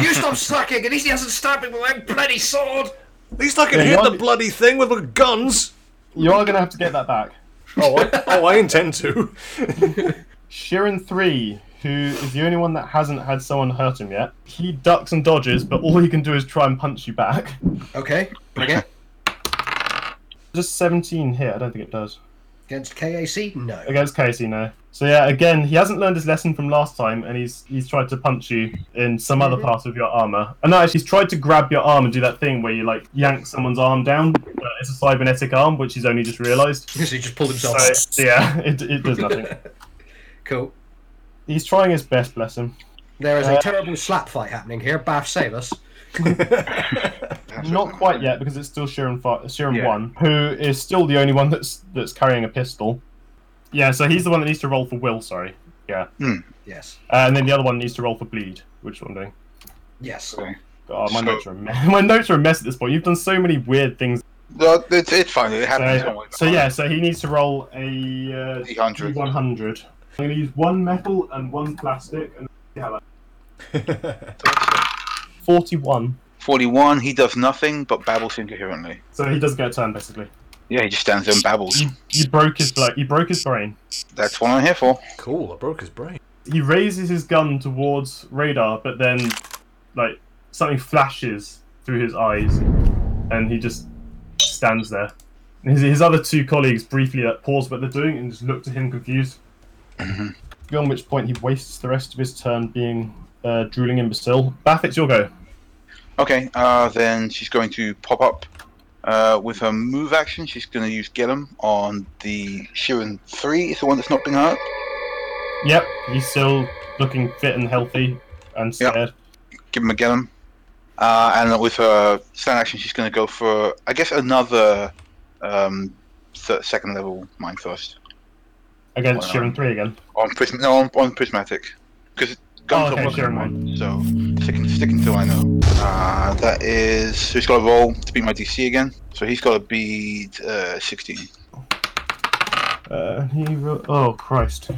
You stop slacking, and he hasn't stabbed me with my bloody sword.
At least I can
Yeah,
hit the
one-
bloody thing with my guns.
You are going to have to get that back.
Oh, I, oh, I intend to.
Sheeran three, who is the only one that hasn't had someone hurt him yet. He ducks and dodges, but all he can do is try and punch you back. <laughs>
Okay, can I get
Just 17 hit. I don't think it does.
against KAC? <laughs> No.
Against Casey, no. So yeah, again, he hasn't learned his lesson from last time, and he's he's tried to punch you in some other part of your armor. And no, actually, he's tried to grab your arm and do that thing where you like yank someone's arm down. But it's a cybernetic arm, which he's only just realised.
So he just pulled himself.
So yeah, <laughs> it, it does nothing.
Cool.
He's trying his best, bless him.
There is a
Uh,
terrible slap fight happening here. Bath, save us.
<laughs> That's
Not
what-
quite yet, because it's still Sheeran, fi- Sheeran
Yeah.
one, who is still the only one that's that's carrying a pistol. Yeah, so he's the one that needs to roll for will. Sorry,
Yes.
uh, and then the other one needs to roll for bleed, which is what I'm doing.
Yes.
God, my
So-
notes are a mess. <laughs> my notes are a mess at this point. You've done so many weird things.
No, it's, it's fine. It happens.
So, so yeah, so he needs to roll a uh,
100.
D100. I'm going to use one metal and one plastic. And yeah, like forty-one.
41. He does nothing but babbles incoherently.
So he doesn't get a turn basically.
Yeah, he just stands there and babbles.
You, you broke his like you broke his brain.
That's what I'm here for.
<laughs> cool, I broke his brain.
he raises his gun towards radar, but then like something flashes through his eyes, and he just stands there. And His, his other two colleagues briefly like, pause what they're doing and just look to him confused. Beyond which point, he wastes the rest of his turn being uh, drooling imbecile. Baff, it's your go.
Okay, uh, then she's going to pop up uh, with her move action. She's going to use Get 'em on the Shirin 3. It's the one that's not been hurt.
Yep, he's still looking fit and healthy and
Yep.
scared.
Give him a Get 'em. Uh, and with her stand action, she's going to go for, I guess, another um, th- second level Mind Thrust.
Against
Why
Sheeran
not?
3 again.
On, prism- no, on, on Prismatic. Because guns
Oh, okay,
are working
sure,
on mine, so sticking, sticking to I know. Uh, that is. So he's got to roll to beat my DC again. So he's got to beat uh, 16.
Uh, he ro- oh, Christ.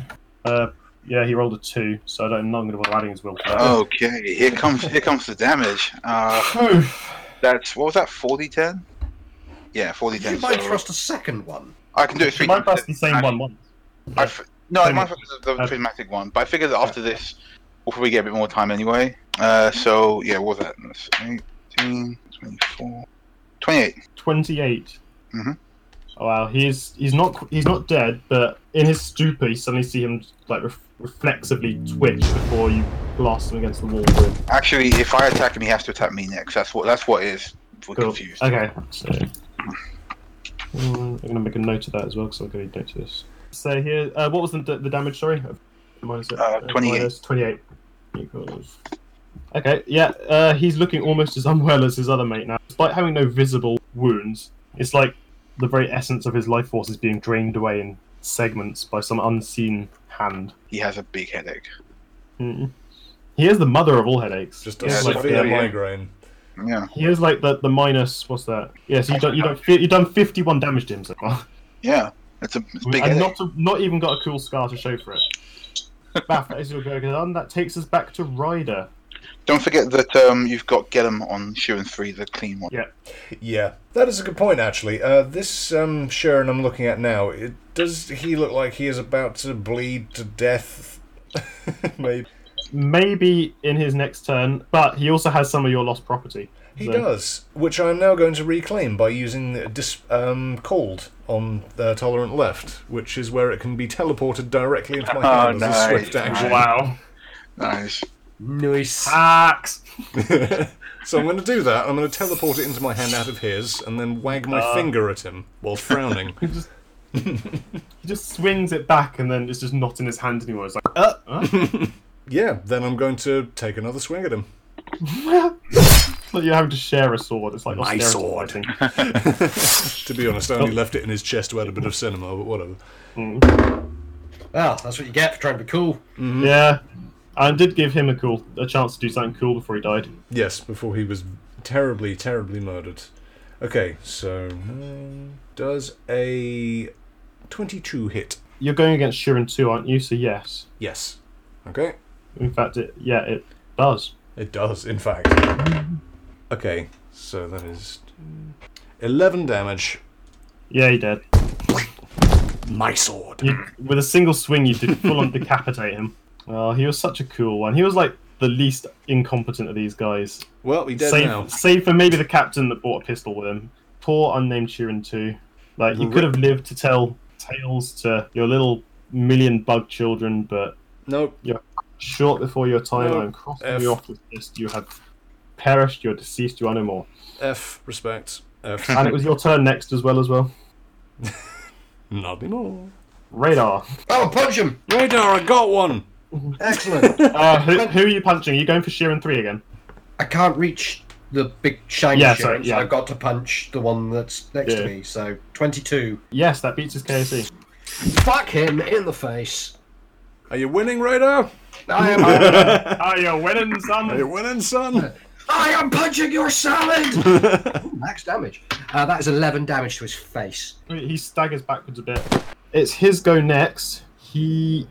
Uh, yeah, he rolled a 2, so I don't, I'm not going to bother adding his will to that.
Oh, Okay, here comes here comes the damage. Uh,
Oof.
that's what was that? Forty ten? Yeah, forty
You
ten.
might
So
thrust a second one.
I can do it
You
three
might
times.
pass the same
I-
one once.
I f- no, I
Same
might
one.
have the, the
Uh,
prismatic one, but I figure that after this, we'll probably get a bit more time anyway. Uh, so yeah, what was that? That's 18, 24, 28.
Twenty-eight.
Mhm.
Oh, wow, he's he's not qu- he's not dead, but in his stupor, you suddenly see him like ref- reflexively twitch before you blast him against the wall. With.
Actually, if I attack him, he has to attack me next. That's what that's what it is. We're
Cool.
confused.
Okay. So, Mm, I'm gonna make a note of that as well because I'm gonna note this. So here, uh, what was the, the damage? Sorry, minus it.
Uh, 28.
minus Twenty-eight. Equals. Okay. Yeah. Uh, he's looking almost as <laughs> unwell as his other mate now, despite having no visible wounds. It's like the very essence of his life force is being drained away in segments by some unseen hand.
He has a big headache.
Mm. He is the mother of all headaches.
Just a
He is
Yeah,
like
severe
the-
yeah.
migraine.
Yeah.
he is like the, the minus. What's that? Yes, you don't you don't you've done fifty one damage to him
<laughs>
so far,
Yeah. It's a it's a big
and
headache.
not not even got a cool scar to show for it.
<laughs>
Baff, that is your go done. That takes us back to Ryder.
Don't forget that um, you've got get 'em on Sheeran three, the clean one.
Yeah.
Yeah, that is a good point actually. Uh, this um, Sharon I'm looking at now, it, does he look like he is about to bleed to death? <laughs> Maybe
Maybe in his next turn, but he also has some of your lost property.
he
So-
does, which I am now going to reclaim by using the dis- um, cold on the tolerant left, which is where it can be teleported directly into my
Oh,
hand as
nice,
a swift action.
Wow.
Nice.
Nice.
Axe.
<laughs> So I'm going to do that. I'm going to teleport it into my hand out of his, and then wag my
Uh.
finger at him while <laughs> frowning.
He just he just swings it back, and then it's just not in his hand anymore. It's like, uh, huh?
yeah, then I'm going to take another swing at him. <laughs>
It's <laughs> like you're having to share a sword. It's like
My
austerity
sword. <laughs>
fighting.
To be honest, I only left it in his chest to add a bit of cinema, but whatever.
Well, Ah, that's what you get for trying to be cool.
Yeah, and did give him a cool a chance to do something cool before he died.
Yes, before he was terribly, terribly murdered. Okay, so um, does a twenty-two hit?
You're going against Sheeran too, aren't you? So yes.
Yes. Okay.
In fact, it yeah it does.
It does, in <laughs> fact. Okay, so that is 11 damage.
Yeah, you're dead.
My sword.
You, with a single swing, you did full on decapitate him. Oh, he was such a cool one. He was like the least incompetent of these guys.
Well, he dead
save,
now.
save for maybe the captain that brought a pistol with him. Poor unnamed Sheeran too. Like you could have lived to tell tales to your little million bug children, but
Nope.
short before your time,
No,
I'm crossing
F.
you off with this. You have perished. You're deceased. You are no more.
F. Respect. F. <laughs>
<laughs> And it was your turn next as well as well.
Not anymore.
<laughs> Radar.
Oh, punch him!
Radar, I got one!
Excellent. <laughs>
Uh, who, who are you punching? Are you going for Sheeran three again?
I can't reach the big shiny
Yeah,
yeah,
sorry, yeah.
I've got to punch the one that's next
Yeah.
to me. So twenty-two.
Yes, that beats his
<laughs>
KOC.
Fuck him in the face.
Are you winning, Radar?
I
<laughs>
am.
Ah, you're winning, son.
Are you winning, <laughs> son?
I am punching your salad. Max damage. Uh, that is eleven damage to his face.
He staggers backwards a bit. It's his go next. He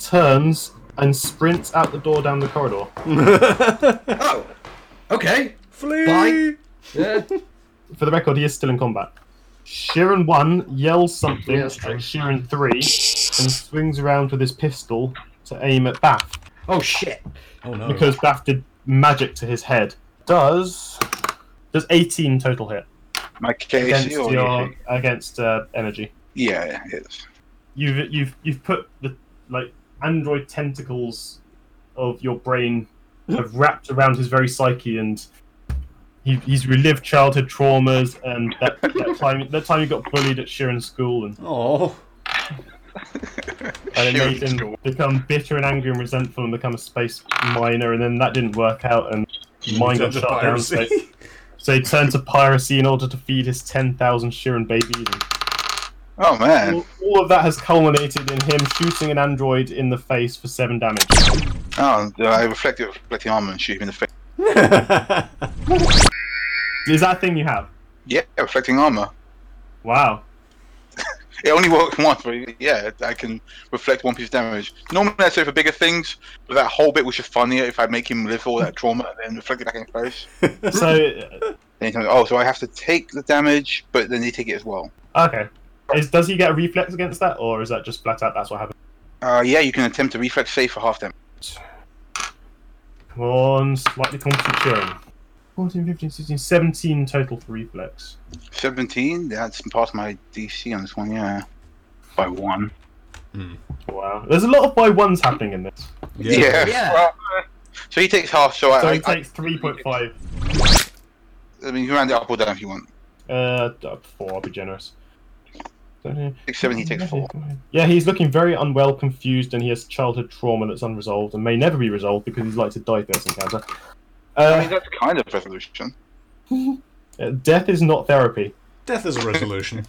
turns and sprints out the door down the corridor.
Oh,
<laughs>
okay.
Flee!
Bye. Yeah.
For the record, he is still in combat. Sheeran 1 yells something
Yeah,
at
that's true.
Sheeran 3 and swings around with his pistol to aim at Bath
Oh shit.
Oh no.
because Bath did magic to his head. Does. Does 18 total hit
My
against,
KC or
your,
EAC?
against uh, energy?
Yeah, yeah, it's
you've you've you've put the like android tentacles of your brain have wrapped around his very psyche and he, he's relived childhood traumas and that, that time that time he got bullied at Sheeran school and,
Oh.
and it made
Sheeran
him
school.
become bitter and angry and resentful and become a space miner and then that didn't work out and mine got
Turns to
shut down
<laughs>
so,
piracy.
so he turned to piracy in order to feed his 10,000 Sheeran babies and
Oh man.
all, all of that has culminated in him shooting an android in the face for 7 damage
Oh, I reflected reflecting armor and shoot him in the face.
Is that a thing you have?
Yeah, reflecting armor.
Wow.
It only works once, but yeah, I can reflect one piece of damage. Normally, I say for bigger things, but that whole bit was just funnier if I make him live all that trauma and then reflect it back in his face.
So, uh,
Then he comes, oh, so I have to take the damage, but then they take it as well.
uh, okay. Is, does he get a reflex against that, or is that just flat out that's what happened?
Uh, yeah, you can attempt to reflex save for half damage.
Come on, slightly competent Sheeran. 14, 15, 16, 17 total for reflex.
17, that's past my DC on this one, yeah. By one.
Wow. There's a lot of by ones happening in this.
Yeah.
Yeah.
Well, uh, so he takes half, so,
So
I,
he
I,
takes 3.5,
I, I mean, you can round it up or down if you want.
uh, uh, 4, I'll be generous. Don't know.
Six, seven, he takes four.
Yeah, he's looking very unwell, confused, and he has childhood trauma that's unresolved and may never be resolved because he's like to die first encounter.
I mean,
Uh,
that's kind of resolution.
uh, death is not therapy.
Death is a <laughs> resolution.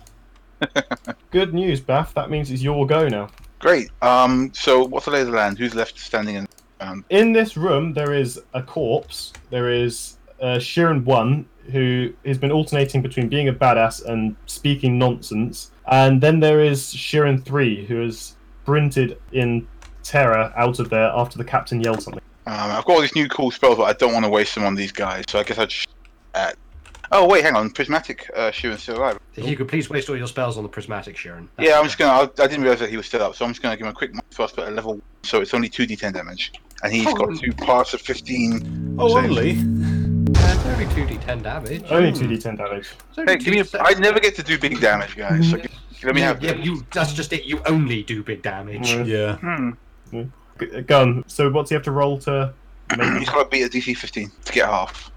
Good news, Bath. That means it's your go now.
Great. Um, so what's the lay of the land? Who's left standing in um,
In this room, there is a corpse. There is uh, Sheeran One, who has been alternating between being a badass and speaking nonsense. And then there is Sheeran Three, who is sprinted in terror out of there after the captain yelled something.
Um, I've got all these new cool spells, but I don't want to waste them on these guys, so I guess I'll just. At... Oh wait, hang on, prismatic uh, Sheeran's still alive.
If you could please waste all your spells on the prismatic, Sharon.
yeah, I'm just gonna. I, I didn't realize that he was still up, so I'm just gonna give him a quick first spell at level. one, So it's only two d10 damage, and he's
Oh.
got two parts of 15.
Oh,
Same.
only?
Uh, it's only two d10 damage.
Hmm.
Only two d10 damage.
It's only
Hey, give me. A,
2d10.
I never get to do big damage, guys. So give- let
Mm-hmm.
me
Yeah,
have.
yeah, you. That's just it. You only do big damage.
Mm.
Yeah.
Hmm.
G- Gun. So what's he have to roll to? uh, Make...
He's got to beat a DC 15 to get half.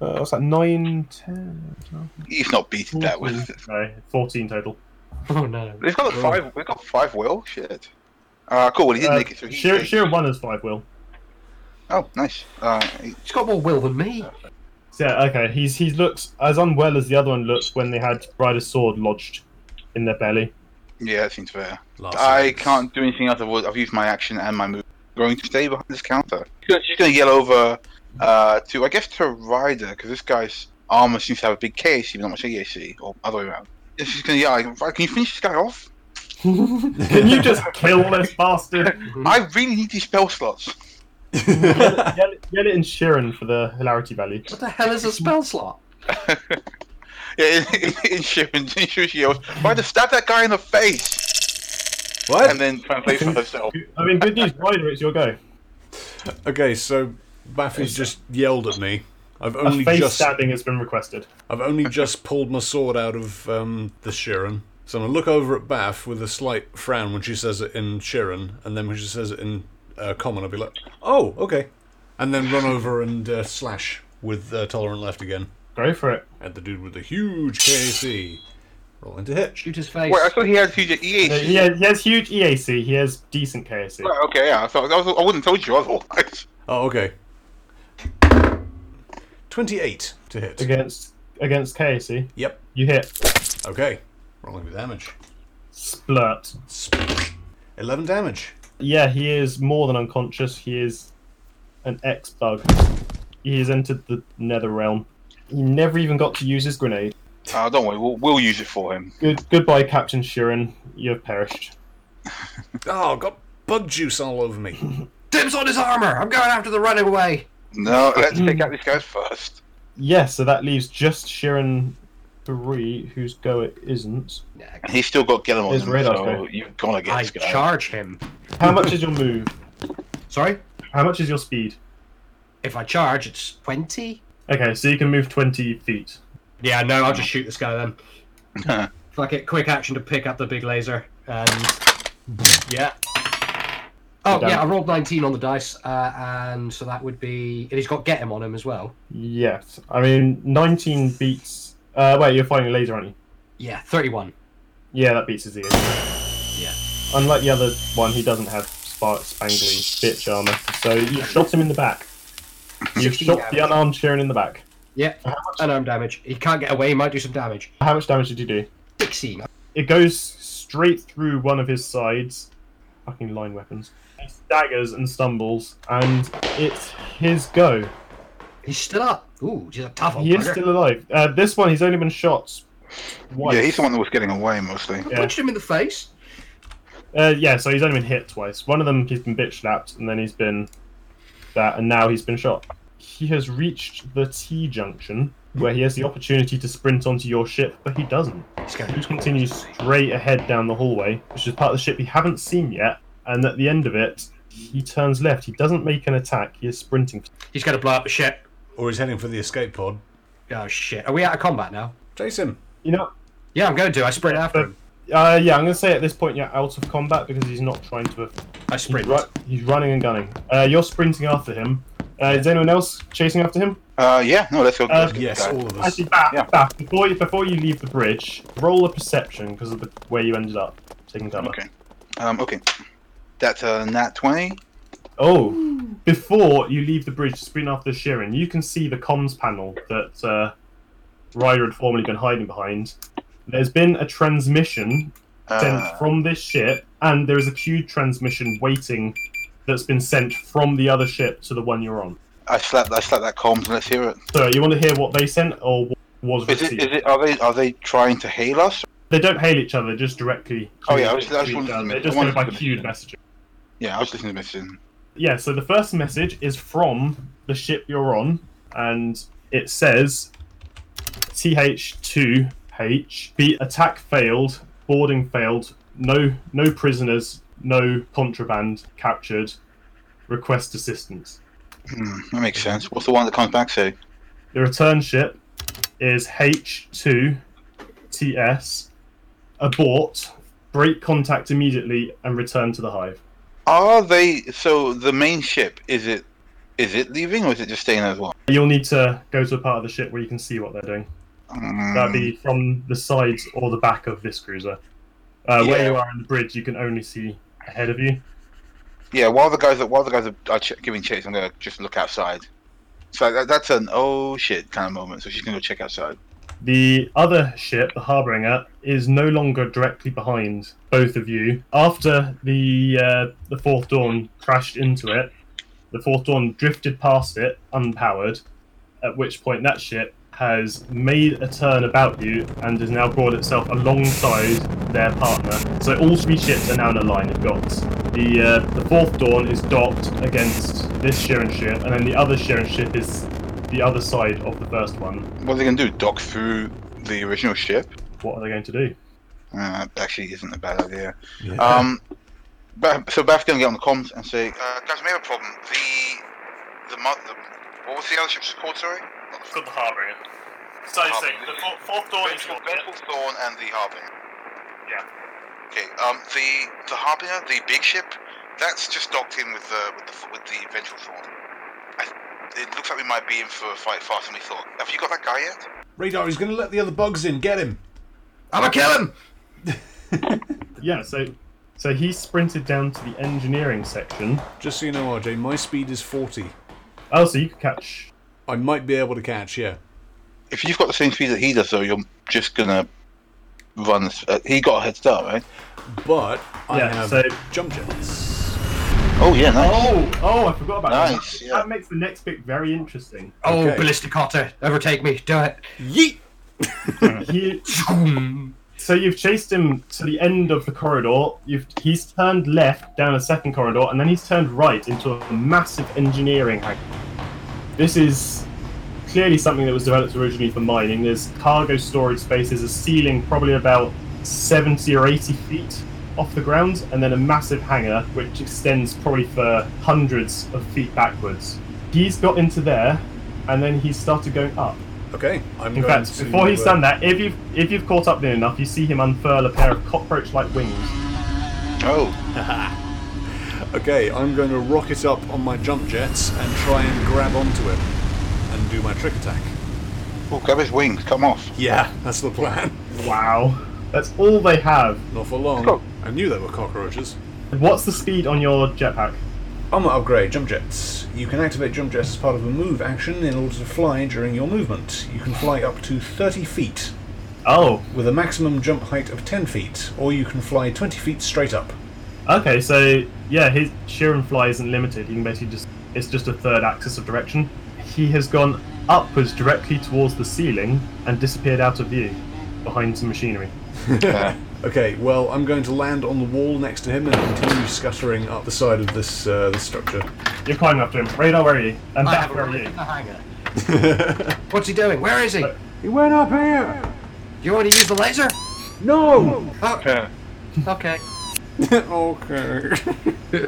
Uh, what's that? Nine, ten, twelve,
He's not beating that
Mm-hmm.
with.
<laughs> no, fourteen total.
<laughs> Oh no.
They've got five. We've got five will. Shit. Uh, cool. Well, he didn't
Uh,
make it. So he's
Sheeran, Sheeran One has five will.
Oh, nice. Uh, he-
He's got more will than me.
So, yeah, okay. He's he looks as unwell as the other one looked when they had Rider's sword lodged in
<laughs>
their belly.
yeah, that seems fair.
Last
I
sentence. <laughs>
can't do anything else. I've, al- I've used my action and my move. I'm going to stay behind this counter. She's gonna- She's going to yell over uh, to, I guess, to Ryder, because this guy's armor seems to have a big KAC, but not much AAC, or other way around. And she's going to yell, like, "Ryder, can you finish this guy off?
<laughs>
Can you just kill this bastard?
I really need these spell slots.
Yell it- yell it in Sheeran for the hilarity value.
What the hell is a spell slot?
Yeah, <laughs> in, in, in Sharon, in Sharon, she yells, "Why to stab that guy in the face?"
What?
And then translate for herself.
I mean, good news, Ryder, it's your go.
Okay, so Baffy's just yelled at me. I've
A
only
face
just
stabbing has been requested.
I've only just pulled my sword out of um, the Sheeran. So I'm gonna look over at Baff with a slight frown when she says it in Sheeran, and then when she says it in uh, Common, I'll be like, "Oh, okay," and then run over and uh, slash with uh, Tolerant Left again
Go for it.
at the dude with the huge KC. Roll into hit.
Shoot his face.
Wait, I thought he had E huge
Uh,
EAC.
He has, he has huge EAC. He has decent KAC.
Right, okay, yeah. I thought I, was, I wouldn't told you otherwise. <laughs>
Oh, okay. Twenty-eight to hit.
against against KAC.
Yep.
You hit
Okay. Rolling with damage.
splurt.
Eleven damage.
Yeah, he is more than unconscious. He is an ex bug. He has entered the nether realm. He never even got to use his grenade.
Oh, don't worry, we'll, we'll use it for him.
Good goodbye, Captain Sheeran. You have perished.
Oh, got bug juice all over me.
Dibs on his armor. I'm going after the runaway.
No, let's
Hmm.
take out these guys first.
Yeah, so that leaves just Sheeran three, whose go it isn't.
Yeah,
And he's still got Gellum on
His
him,
radar's
so
going.
you've got to get
I
this guy.
charge him.
How much is your move?
Sorry?
How much is your speed?
If I charge, it's 20?
Okay, so you can move twenty feet.
Yeah, no, I'll just shoot this guy then. <laughs> Fuck it, quick action to pick up the big laser. And. Yeah. Oh,
Damn.
yeah, I rolled 19 on the dice, uh, and so that would be. And he's got get him on him as well.
Yes, I mean nineteen beats. Uh, wait, you're firing a laser, aren't you?
Yeah, 31.
Yeah, that beats his ears.
Yeah.
Unlike the other one, he doesn't have spark spangly bitch armor, so you shot him in the back. You
16
shot the
damage.
unarmed Sharon in the back.
Yeah, unarmed damage. He can't get away, he might do some damage.
How much damage did you do?
16.
It goes straight through one of his sides. Fucking line weapons. He staggers and stumbles, and it's his go.
He's still up. Ooh, he's a tough old
He is
bugger. <laughs>
still alive. Uh, this one, he's only been shot twice.
Yeah, he's the one that was getting away mostly.
Yeah.
Punched him in the face.
Uh, yeah, so he's only been hit twice. One of them, he's been bitch slapped, and then he's been that, and now he's been shot. He has reached the T junction where he has the opportunity to sprint onto your ship, but he doesn't.
He's going
He continues straight ahead down the hallway, which is part of the ship we haven't seen yet. And at the end of it, he turns left. He doesn't make an attack. He is sprinting.
He's going to blow up the ship.
Or he's heading for the escape pod.
Oh, shit. Are we out of combat now?
Chase him.
You know,
Yeah, I'm going to. I sprint after
but-
him.
uh, yeah, I'm gonna say at this point you're out of combat because he's not trying to
I sprint.
He's, ru- he's running and gunning. Uh, you're sprinting after him. Uh, is anyone else chasing after him?
Uh, yeah, no, let's go.
Uh,
let's get
Yes,
this guy.
all of us.
Actually, back,
Yeah.
back. Ah, Before you, before you leave the bridge, roll a perception because of the, where you ended up taking cover.
Okay. Um, okay. That's a nat 20.
Oh, before you leave the bridge to sprint after Sheeran, you can see the comms panel that uh, Ryder had formerly been hiding behind. There's been a transmission sent
Uh,
from this ship, and there is a queued transmission waiting that's been sent from the other ship to the one you're on.
I slapped. I slapped that comms. Let's hear it.
So you want to hear what they sent or what was
Is
received?
it? Is it? Are they? Are they trying to hail us?
They don't hail each other, just directly.
Oh, yeah, I was-
communicate
I was
to each
wondering-
other. They
I
just go
wondered
by
if it-
queued messaging.
Yeah, I was listening to Mission.
Yeah, so the first message is from the ship you're on, and it says TH2H, the attack failed, boarding failed, no no prisoners, no contraband captured, request assistance.
Hmm, that makes sense. What's the one that comes back to?
The return ship is H2TS, abort, break contact immediately, and return to the hive.
Are they? So the main ship is it? Is it leaving or is it just staying as well?
You'll need to go to a part of the ship where you can see what they're doing.
Hmm,
That'd be from the sides or the back of this cruiser. Uh, Where
Yeah.
you are in the bridge, you can only see ahead of you.
Yeah, while the guys are while the guys are, are ch- giving chase, I'm gonna just look outside. So that, that's an oh shit kind of moment. So she's gonna go check outside.
The other ship, the Harbinger, is no longer directly behind both of you. After the uh, the Fourth Dawn crashed into it, the Fourth Dawn drifted past it, unpowered. At which point, that ship has made a turn about you and has now brought itself alongside their partner. So all three ships are now in a line of dots. The uh, the fourth dawn is docked against this Sheeran ship, and then the other Sheeran ship is the other side of the first one.
What are they going to do? Dock through the original ship?
What are they going to do?
Uh, that actually isn't a bad <laughs> idea. Um, Ba- so Beth's going to get on the comms and say, uh, guys, we have a problem. The, the, mo- the, what was the other ship's called, sorry?
It's called the Harbinger. So you
Harbinger.
see, the four, fourth dawn is
Vengeful,
what?
Vengeful Thorn and the Harbinger.
Yeah.
Okay, um, the, the Harbinger, the big ship, that's just docked in with the, with the, with the Vengeful Thorn. I, it looks like we might be in for a fight faster than we thought. Have you got that guy yet?
Radar, he's going to let the other bugs in. Get him.
I'ma kill him!
Yeah. So so he sprinted down to the engineering section.
Just so you know, RJ, my speed is 40.
Oh, so you could catch.
I might be able to catch, yeah.
If you've got the same speed that he does, though, you're just going to run. this- Uh, he got a head start, right?
But I
Yeah,
have
so-
jump jets.
Oh, yeah, nice.
Oh, oh, I forgot about
Nice,
that.
yeah.
That makes the next pick very interesting.
Oh,
Okay.
ballistic otter, overtake me, do it.
Yeet!
He, so you've chased him to the end of the corridor. You've he's turned left down a second corridor, and then he's turned right into a massive engineering hangar. This is clearly something that was developed originally for mining. There's cargo storage spaces, a ceiling probably about seventy or eighty feet off the ground, and then a massive hangar which extends probably for hundreds of feet backwards. He's got into there, and then he started going up.
Okay, I'm
In
going
fact,
to,
before he's
uh,
done that, if you've if you've caught up near enough, you see him unfurl a pair of cockroach-like wings.
Oh,
Okay, I'm going to rocket up on my jump jets and try and grab onto him and do my trick attack.
oh grab his wings, come off. <laughs>
Yeah, that's the plan.
Wow, that's all they have.
Not for long.
Cool.
I knew they were cockroaches.
What's the speed on your jetpack?
Armor upgrade, jump jets. You can activate jump jets as part of a move action in order to fly during your movement. You can fly up to 30 feet
Oh,
with a maximum jump height of 10 feet, or you can fly 20 feet straight up.
okay, so yeah, his sheer and fly isn't limited. He can basically just it's just a third axis of direction. He has gone upwards directly towards the ceiling and disappeared out of view behind some machinery.
Okay, well, I'm going to land on the wall next to him and continue scuttering up the side of this uh, this structure.
You're climbing up to him. Radar, where are you? And
I
back,
have a
where are
rocket
you?
in the hangar. What's he doing? Where is he?
<laughs> He went up here.
You want to use
<laughs>
the laser?
No. Uh,
Yeah.
Okay.
<laughs> okay.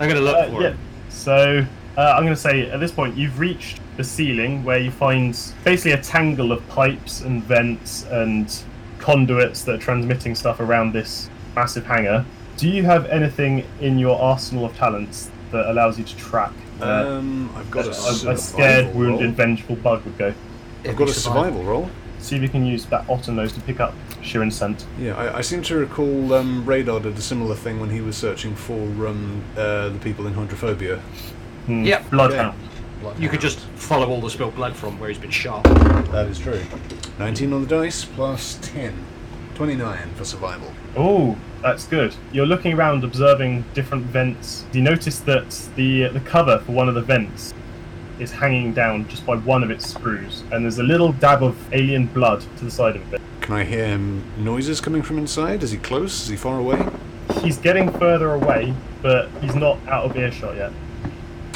I'm gonna look
Uh,
for
yeah.
him.
So uh, I'm going to say at this point you've reached the ceiling where you find basically a tangle of pipes and vents and conduits that are transmitting stuff around this massive hangar. Do you have anything in your arsenal of talents that allows you to track where
Um, I've got a,
a, a
survival
scared, wounded,
roll.
vengeful bug would go?
If
I've got
he
a
survives.
survival roll.
See if you can use that otter nose to pick up Shirin scent.
Yeah, I, I seem to recall um, Radar did a similar thing when he was searching for um, uh, the people in hydrophobia.
Hmm,
Yep.
Bloodhound.
You could just follow all the spilled blood from where he's been shot.
That is true. 19 on the dice plus 10. 29 for survival.
Oh, that's good. You're looking around, observing different vents. You notice that the the cover for one of the vents is hanging down just by one of its screws, and there's a little dab of alien blood to the side of it.
Can I hear um, noises coming from inside? Is he close? Is he far away?
He's getting further away, but he's not out of earshot yet.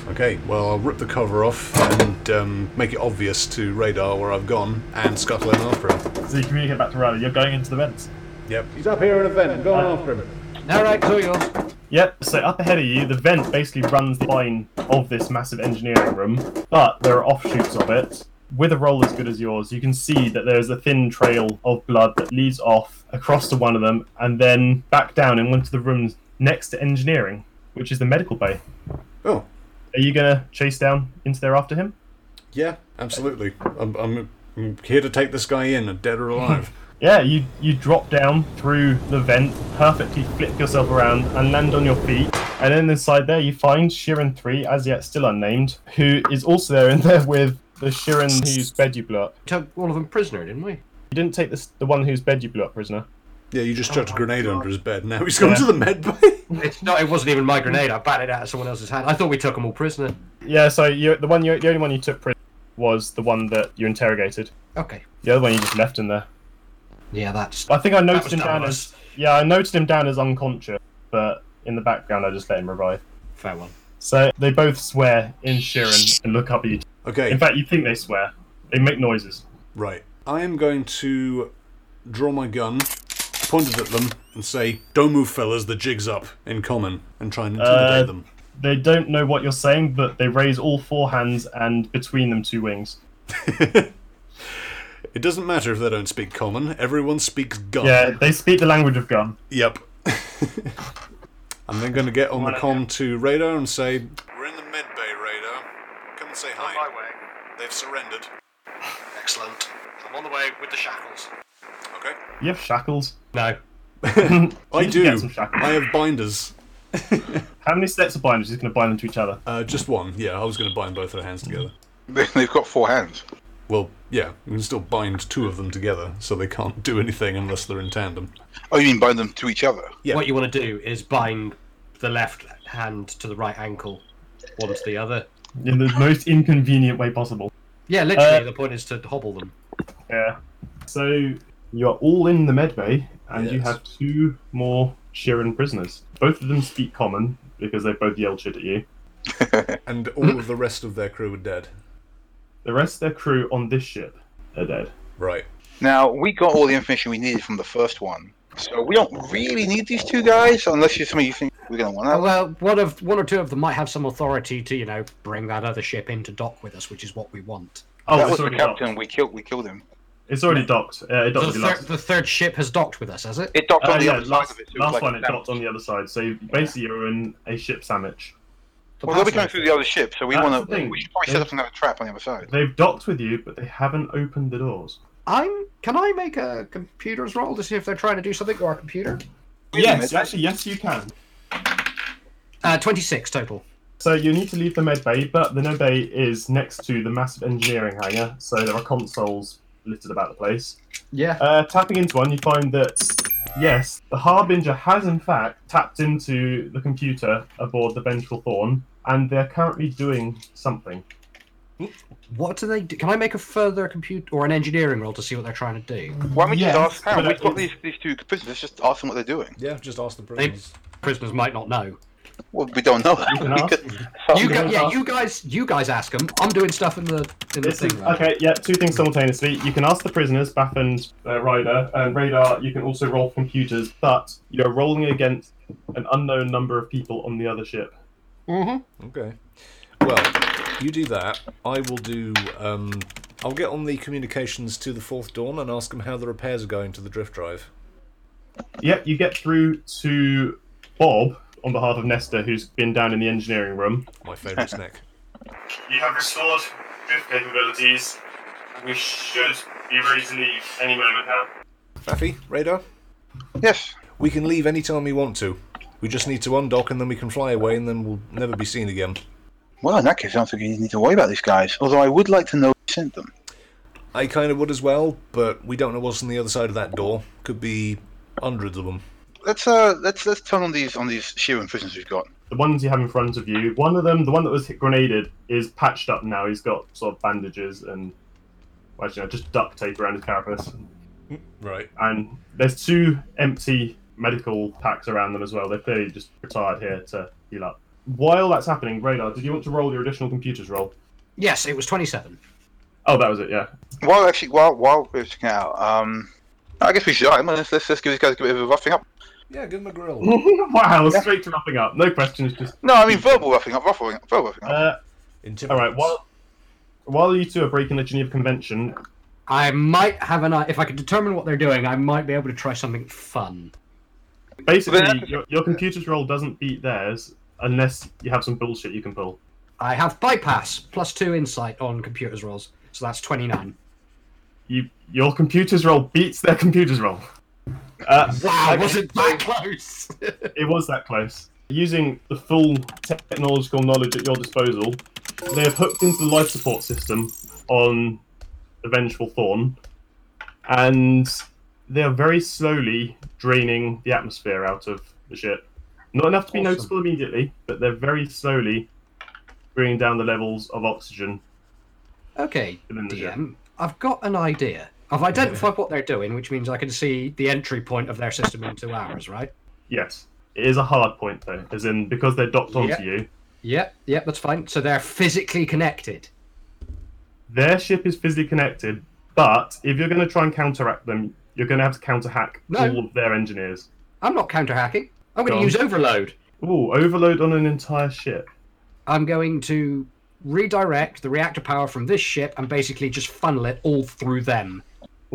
Okay, well, I'll rip the cover off and um, make it obvious to Radar where I've gone and scuttle in after him.
So you communicate back to Riley. You're going into the vents.
Yep.
He's up here in a vent. I'm going after him.
All right, it's all yours.
Yep, so up ahead of you, the vent basically runs the line of this massive engineering room, but there are offshoots of it. With a roll as good as yours, you can see that there is a thin trail of blood that leads off across to one of them and then back down in one of the rooms next to engineering, which is the medical bay.
Oh,
Are you gonna chase down into there after him?
yeah, absolutely. I'm, I'm, I'm here to take this guy in, dead or alive.
Yeah, you you drop down through the vent, perfectly flip yourself around and land on your feet. And then inside there, you find Shirin three, as yet still unnamed, who is also there in there with the Shirin whose bed you blew up.
Took all of them prisoner, didn't we?
You didn't take this the one whose bed you blew up prisoner.
yeah, you just chucked a grenade under his bed. Now he's gone to the med bay. <laughs>
It's not. It wasn't even my grenade. I batted it out of someone else's hand. I thought we took them all prisoner.
Yeah, so you the one you the only one you took prisoner. was the one that you interrogated.
Okay.
The other one you just left in there.
Yeah, that's.
I think I noted
was
him down
dumbass.
as yeah, I noted him down as unconscious, but in the background I just let him revive.
Fair one.
So they both swear in Sheeran and look up at you.
Okay,
In fact, you think they swear. They make noises.
right. I am going to draw my gun, point it at them, and say, "Don't move, fellas. The jig's up." In common, and try and intimidate
Uh,
them.
They don't know what you're saying, but they raise all four hands and between them two wings.
It doesn't matter if they don't speak common. Everyone speaks gun.
Yeah, they speak the language of gun.
Yep. <laughs> I'm then going to get on the com to radar and say, "We're in the med bay, radar. Come and say
My
hi.
way.
They've surrendered."
Excellent. I'm on the way with the shackles.
Okay.
You have shackles.
No.
I
need to
do.
get some shackles.
I have binders.
How many sets of binders is going to bind them to each other?
Uh, just one. Yeah, I was going to bind both their hands together.
They've got four hands.
Well, yeah, we can still bind two of them together, so they can't do anything unless they're in tandem.
Oh, you mean bind them to each other?
Yeah.
What you want to do is bind the left hand to the right ankle, one to the other.
In the most inconvenient way possible.
Yeah, literally.
Uh,
the point is to hobble them.
Yeah. So you are all in the med bay, and you
Yes.
have two more Sheeran prisoners. Both of them speak common because they both yelled shit at you.
And all of the rest of their crew are dead.
The rest of their crew on this ship are dead.
Right.
Now we got all the information we needed from the first one, so we don't really need these two guys unless you're somebody you think we're gonna want
Oh,
to.
well, one of one or two of them might have some authority to, you know, bring that other ship into dock with us, which is what we want.
Oh,
that
it's
was the
already
captain.
docked.
We killed. We killed him.
It's already docked. Uh, it
The,
docked with you
thir-
last.
the third ship has docked with us, has it?
It docked
Uh,
on the
yeah,
other
last,
side of it. so it was
last
like
one
a
it
sandwich.
docked on the other side. So basically, you're in a ship sandwich.
The
Well, they'll be
passengers-
going through the other ship, so we
That's
want
the
to.
thing.
We should probably set up another trap on the other side.
They've docked with you, but they haven't opened the doors.
I'm. Can I make a computer's roll to see if they're trying to do something to our computer?
Yes, actually, yes, you can.
Uh, Twenty-six total.
So you need to leave the med bay, but the med bay is next to the massive engineering hangar, so there are consoles littered about the place.
Yeah.
Uh, tapping into one, you find that yes, the Harbinger has in fact tapped into the computer aboard the Ventral Thorn, and they're currently doing something.
What do they do? Can I make a further compute or an engineering roll to see what they're trying to do?
Why don't we
Yes,
just ask
but
Sam? We've
it-
got these, these two prisoners. Let's just ask them what they're doing.
Yeah, just ask the prisoners.
prisoners. Prisoners might not know.
Well, we don't know that.
You
<laughs>
can
We
ask
could-
You
Okay.
guys, yeah, you guys, you guys ask them. I'm doing stuff in the in the
This
thing.
is,
right?
okay, yeah, two things simultaneously. You can ask the prisoners, Baff and uh, Ryder, and Radar. You can also roll computers, but you're rolling against an unknown number of people on the other ship.
Okay. Well, you do that. I will do. Um, I'll get on the communications to the Fourth Dawn and ask them how the repairs are going to the drift drive.
Yep, you get through to Bob on behalf of Nesta, who's been down in the engineering room.
My favourite snack.
You have restored drift capabilities. We should be ready to leave any moment now.
Faffy, radar.
yes.
We can leave any time we want to. We just need to undock and then we can fly away and then we'll never be seen again.
Well, in that case, I don't think you need to worry about these guys. Although I would like to know who sent them.
I kind of would as well, but we don't know what's on the other side of that door. Could be hundreds of them.
Let's uh, let's let's turn on these on these Sheeran prisoners we've got.
The ones you have in front of you, one of them, the one that was hit grenaded, is patched up now. He's got sort of bandages and, well, actually, no, just duct tape around his carapace.
Right.
And there's two empty medical packs around them as well. They're clearly just retired here to heal up. While that's happening, Radar, did you want to roll your additional computers roll?
Yes, it was twenty-seven.
Oh, that was it, yeah. <laughs>
Well, actually, while while we're checking out, um, I guess we should. Right, let's let's let's give these guys a bit of a roughing up.
Yeah, give them a grill.
Mm.
wow, straight to wrapping up. No questions, just
No, I mean verbal roughing up, roughing up, verbal roughing up.
uh, all
Intimidate.
right. While while you two are breaking the Geneva Convention,
I might have an. i- If I could determine what they're doing, I might be able to try something fun.
Well,
basically
then-
your, your computer's roll doesn't beat theirs unless you have some bullshit you can pull.
I have bypass plus two insight on computers rolls, so that's twenty-nine.
You your computer's roll beats their computer's roll. Uh,
Wow,
okay.
was it
<laughs>
that close?
It was that close. Using the full technological knowledge at your disposal, they have hooked into the life support system on the Vengeful Thorn, and they are very slowly draining the atmosphere out of the ship. Not enough to be
Awesome.
noticeable immediately, but they're very slowly bringing down the levels of oxygen
Okay,
Within the jet.
DM, I've got an idea. I've identified what they're doing, which means I can see the entry point of their system into ours, right?
Yes. It is a hard point though, as in because they're docked onto
Yeah.
you,
Yep, yep, that's fine. So they're physically connected.
their ship is physically connected, but if you're gonna try and counteract them, you're gonna have to counterhack
No.
all of their engineers.
I'm not counter hacking. I'm
Go
going
on.
to use overload.
Ooh, overload on an entire ship.
I'm going to redirect the reactor power from this ship and basically just funnel it all through them.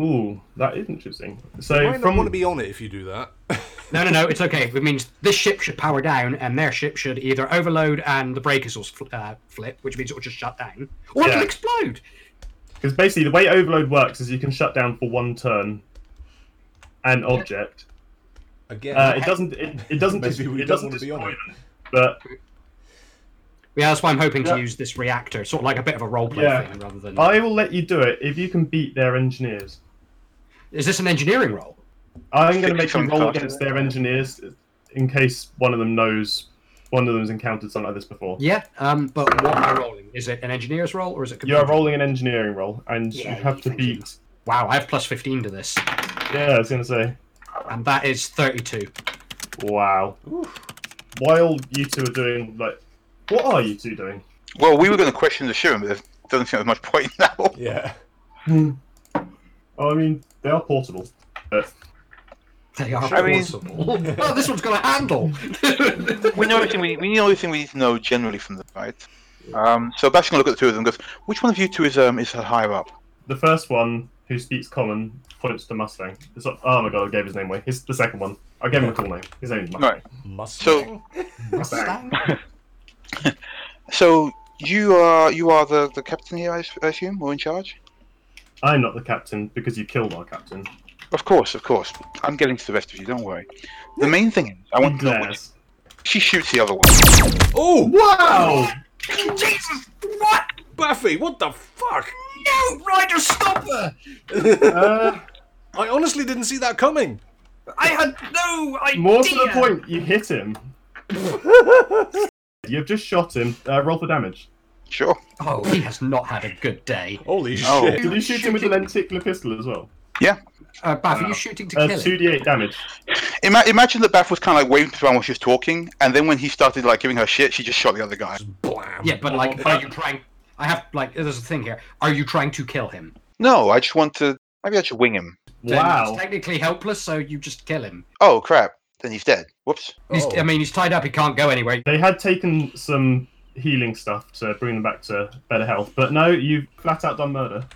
Ooh, that is interesting.
You
So
might not
from
want to be on it if you do that. <laughs>
No, no, no, it's okay. It means this ship should power down, and their ship should either overload and the breakers will fl- uh, flip, which means it will just shut down, or
Yeah.
it'll explode.
Because basically, the way overload works is you can shut down for one turn an object.
Again,
Uh, it doesn't. It, it doesn't.
Maybe
just,
we
it
don't
doesn't
want to be on
destroy
it.
them, But
Yeah, that's why I'm hoping
Yeah.
to use this reactor, sort of like a bit of a roleplay
Yeah.
thing rather than.
I will let you do it if you can beat their engineers.
Is this an engineering role?
I'm going to make
Fifty
them roll
something
against their engineers in case one of them knows one of them's encountered something like this before.
Yeah, um, but what am I rolling? Is it an engineer's role or is it?
You are
computer?
rolling an engineering roll, and
Yeah,
you have to
thank you.
beat.
Wow, I have plus fifteen to this,
Yeah, I was going to say.
and that is thirty-two.
Wow. While you two are doing like, what are you two doing?
Well, we were going to question the Shirin, but there doesn't seem there's much point <laughs> now.
yeah.
Oh, I mean, they are portable. But
They are
I mean-
possible. <laughs> oh, this one's got a
<laughs>
handle.
We know everything we, we know everything we need to know generally from them, right? Um, so Bash going to look at the two of them and goes, which one of you two is um is higher up?
The first one who speaks common points to Mustang. It's not, oh my god, I gave his name away. His the second one. I gave him a cool name. His name is Mustang.
Right.
Mustang.
Mustang.
So you are you are the, the captain here, I, s- I assume, or in charge?
I'm not the captain because you killed our captain.
Of course, of course. I'm getting to the rest of you. Don't worry. The main thing is, I want to know which
Glares.
she shoots the other one.
Oh,
Oh,
Jesus, what?
Buffy, what the fuck?
No, Ryder, stop her!
uh,
I honestly didn't see that coming.
I had no idea.
more to the point, you hit him. <laughs> You've just shot him. Uh, roll for damage.
Sure.
Oh, he has not had a good day.
Holy
Oh.
shit!
Did you shoot him with a lenticular pistol as well?
Uh, Bath,
Wow.
are you shooting to
Uh,
kill him?
2d8 damage.
Ima- imagine that Beth was kind of like waving around while she was talking, and then when he started like giving her shit, she just shot the other guy.
Blam.
Yeah, but like,
Oh, uh,
are you trying? I have like, there's a thing here. Are you trying to kill him?
No, I just want to. Maybe I should wing him.
Then
Wow.
He's technically helpless, so you just kill him.
Oh crap! Then he's dead. Whoops.
He's,
Oh.
I mean, he's tied up. He can't go anywhere. <laughs>
They had taken some healing stuff to bring them back to better health, but no, you've flat out done murder.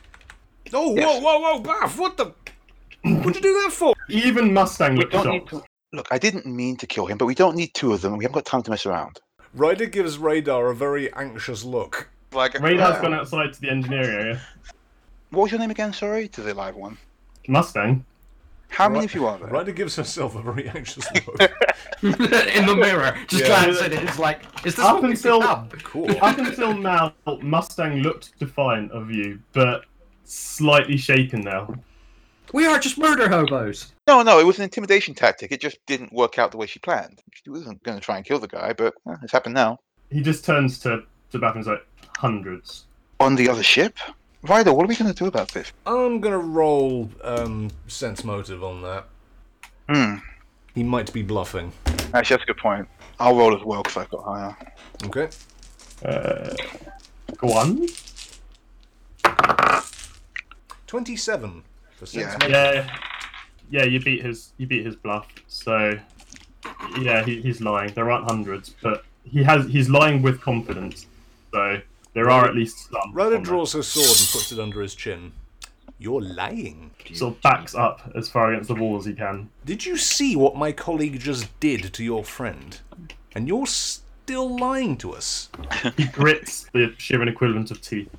Oh, whoa,
Yes.
whoa, whoa, Baff, what the? What'd you do that for?
Even Mustang looked shocked.
Look, I didn't mean to kill him, but we don't need two of them. We haven't got time to mess around.
Ryder gives Radar a very anxious look.
Like,
Radar's gone outside to the engineering area.
What was your name again? Sorry, to the live one.
Mustang.
How
Ri-
many of you are there?
Ryder gives herself a very anxious look.
in the mirror, just
Yeah.
glance at it. It's like, is this
Up
what we've
until-
become?
cool.
Up until now, Mustang looked defiant of you, but slightly shaken now.
We are just murder hobos.
No, no, it was an intimidation tactic. It just didn't work out the way she planned. She wasn't going to try and kill the guy, but eh, it's happened now.
He just turns to, to Bath and is like, hundreds.
On the other ship? Ryder, what are we going to do about this?
I'm gonna roll um, sense motive on that.
Hmm.
He might be bluffing.
Actually, that's a good point. I'll roll as well because I've got higher. <laughs>
Okay.
Uh, go on.
Twenty-seven. For sense
Yeah.
motive.
Yeah, yeah, you beat his you beat his bluff. So yeah, he, he's lying. There aren't hundreds, but he has he's lying with confidence. So there are at least some.
Ryder
on
draws her sword and puts it under his chin. You're lying.
there. Sort of backs up as far against the wall as he can.
Did you see what my colleague just did to your friend? And you're still lying to us.
He grits the Shivan equivalent of teeth.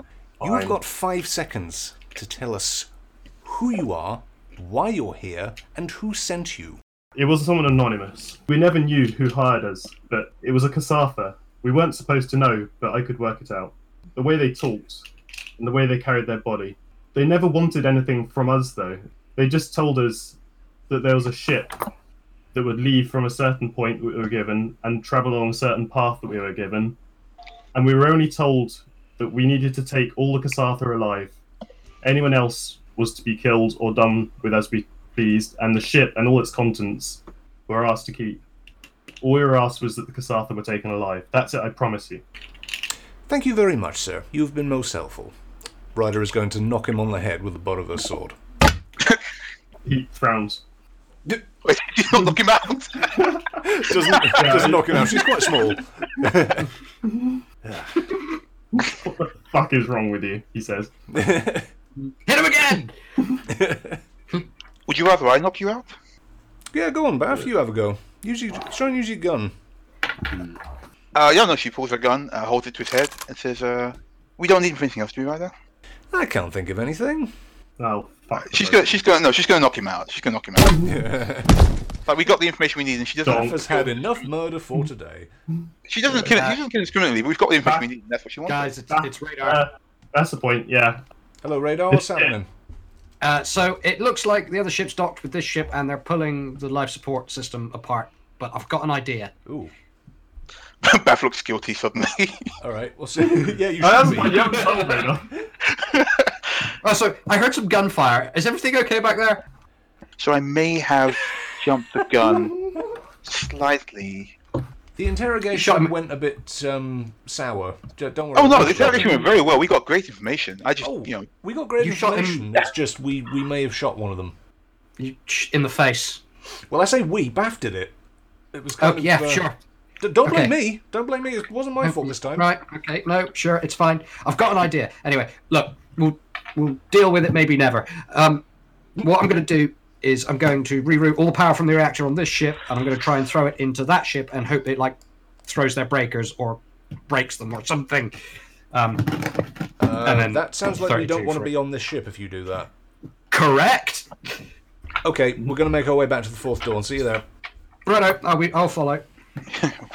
You've got five seconds to tell us who you are, why you're here, and who sent you.
It was someone anonymous. We never knew who hired us, but it was a Kasafa. We weren't supposed to know, but I could work it out. The way they talked and the way they carried their body. They never wanted anything from us, though. They just told us that there was a ship that would leave from a certain point that we were given and travel along a certain path that we were given. And we were only told that we needed to take all the Kasatha alive. Anyone else was to be killed or done with as we pleased, and the ship and all its contents were asked to keep. All we were asked was that the Kasatha were taken alive. That's it, I promise you.
Thank you very much, sir. You've been most helpful. Ryder is going to knock him on the head with the butt of her sword.
He frowns. <laughs>
Wait, did you not knock him out?
Doesn't, doesn't knock him out. She's quite small.
What the fuck is wrong with you? He says.
Hit him
<laughs>
again!
Would you rather I knock you out?
<laughs> Yeah, go on, Bath. You have a go. Use your, try and use your gun.
Uh, yeah, no, she pulls her gun, uh, holds it to his head, and says, uh, "We don't need him for anything else, do we, Ryder?"
I can't think of anything.
Oh fuck.
She's gonna, she's gonna, no, she's gonna knock him out. She's gonna knock him out. Like we got the information we need, and she doesn't.
Don't.
Has had enough murder for today.
She doesn't kill. She doesn't kill discriminately. But we've got the information we need. And that's what she wants. <laughs>
Guys, it's, it's radar.
Uh, that's the point. Yeah.
Hello, radar. What's happening?
Uh, so it looks like the other ship's docked with this ship and they're pulling the life support system apart. But I've got an idea.
Ooh.
Beth looks guilty suddenly. <laughs>
All right. Well, so, <laughs> yeah, you
That's
should be.
<laughs>
Oh, so I heard some gunfire. Is everything okay back there?
so I may have jumped the gun slightly.
The interrogation
Shut him.
went a bit um, sour. J- Don't worry.
Oh no,
we'll
the
shut him.
interrogation went very well. We got great information. I just,
Oh,
you know,
we got great
You shot him-
information. It's just we, we may have shot one of them.
You- In the face.
Well, I say we. Baff did it. It was kind
Oh,
of.
yeah,
uh,
sure.
d- don't blame
Okay.
me. Don't blame me. It wasn't my fault this time.
Right. Okay. No. Sure. It's fine. I've got an idea. Anyway, look, we'll we'll deal with it. Maybe never. Um, what I'm going to do is I'm going to reroute all the power from the reactor on this ship, and I'm going to try and throw it into that ship, and hope it like throws their breakers or breaks them or something. Um,
Uh,
And then
that sounds like we
32
don't want to
for
be on this ship if you do that.
correct.
Okay, we're going to make our way back to the fourth door and see you there.
Righto. I'll, be, I'll follow.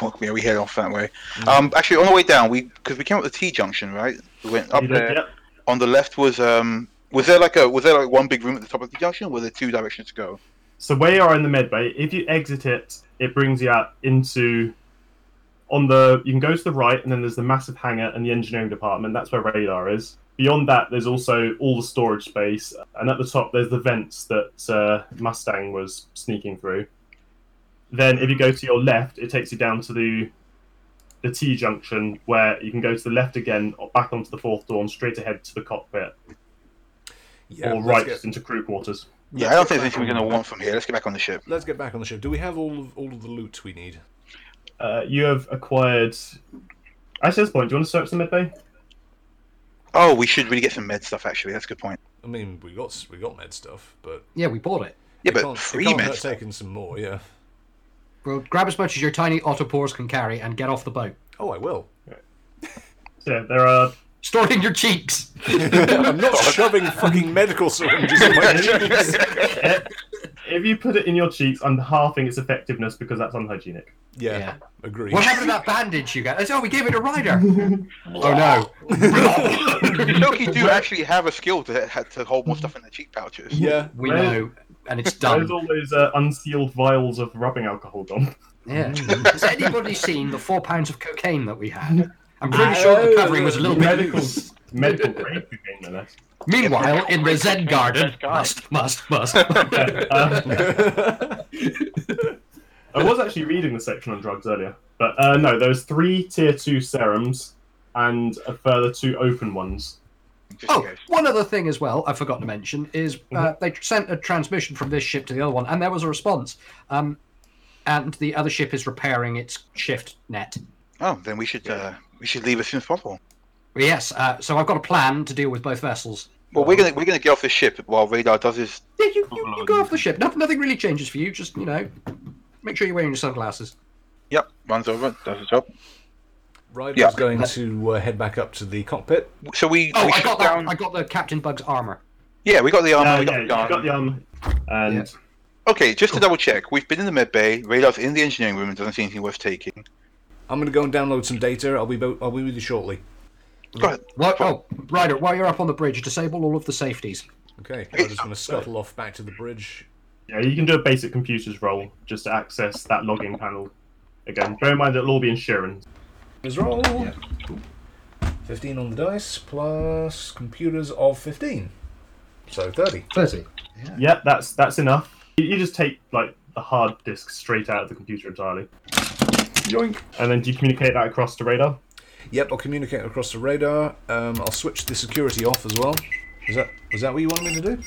well, yeah, we head off that way. Um, actually, on the way down, we because we came up the T junction, right? We went up there.
Yep.
On the left was um, was there like a was there like one big room at the top of the junction? Or were there two directions to go?
So where you are in the med bay, if you exit it, it brings you out into on the you can go to the right and then there's the massive hangar and the engineering department, that's where radar is. Beyond that there's also all the storage space and at the top there's the vents that uh, Mustang was sneaking through. Then if you go to your left, it takes you down to the the T junction where you can go to the left again or back onto the fourth door and straight ahead to the cockpit
Yeah,
or
let's
right
get-
into crew quarters.
Yeah, I don't think there's anything we're gonna want from here. Let's get back on the ship.
Let's get back on the ship. Do we have all of all of the loot we need?
Uh, you have acquired. At this point, do you want to search the mid bay?
Oh, we should really get some med stuff. Actually, that's a good point.
I mean, we got s- we got med stuff, but
Yeah, we bought it.
Yeah,
it
but
can't, it
free
can't
med.
hurt
stuff.
taking some more. Yeah.
Well, grab as much as your tiny otopores can carry and get off the boat.
Oh, I will. <laughs>
Yeah, there are.
Store it in your cheeks.
I'm
<laughs>
not shoving fucking medical syringes in my cheeks.
<laughs>
eh, If you put it in your cheeks, I'm halving its effectiveness because that's unhygienic.
Yeah,
Yeah.
agree.
What happened to that bandage you got? Oh, we gave it a rider. oh no.
Shoki do actually have a skill to, to hold more stuff in their cheek pouches.
Yeah,
We
Where-
know, and it's
There's
done.
all those uh, unsealed vials of rubbing alcohol gone. <laughs>
Yeah. Has anybody seen the four pounds of cocaine that we had? I'm
Uh,
pretty sure the covering was a little bit
Medical,
loose.
<laughs>
medical grade cocaine, no less.
Meanwhile, in the Zen garden, must, must, must.
Uh, I was actually reading the section on drugs earlier, but uh, no, there's three tier two serums and a further two open ones.
Just in
Oh,
case.
one other thing as well I forgot to mention is uh, they sent a transmission from this ship to the other one, and there was a response. Um, and the other ship is repairing its shift net.
Oh, then we should uh, we should leave as soon as possible.
Yes, uh, so I've got a plan to deal with both vessels.
Well, we're gonna we're gonna get off the ship while radar does his.
Yeah, you, you, you go off the ship. Nothing, nothing really changes for you. Just, you know, make sure you're wearing your sunglasses.
Yep, runs over, does his job.
Ryder's
Yeah.
going to uh, head back up to the cockpit.
So we
Oh,
we
I
shut
got,
down.
that, I got the Captain Bug's armor.
Yeah, we got the armor.
Uh,
we
yeah,
got
you
the gun.
got the arm, and
Yeah.
Okay, just to double check, we've been in the med bay. Radar's in the engineering room and doesn't see anything worth taking.
I'm going to go and download some data. I'll be bo- I'll be with you shortly.
Go ahead.
What? Oh, Ryder, while you're up on the bridge, disable all of the safeties.
Okay, Ryder's going to scuttle off back to the bridge.
Yeah, you can do a basic computers roll just to access that login panel again. Bear in mind it'll all be in Sharon.
His roll.
15 on the dice plus computers of 15. So 30.
30.
Yeah, that's that's enough. You- You just take like the hard disk straight out of the computer entirely,
Yoink.
and then do you communicate that across to radar?
Yep, I'll communicate across the radar. Um, I'll switch the security off as well. Is that was that what you wanted me to do?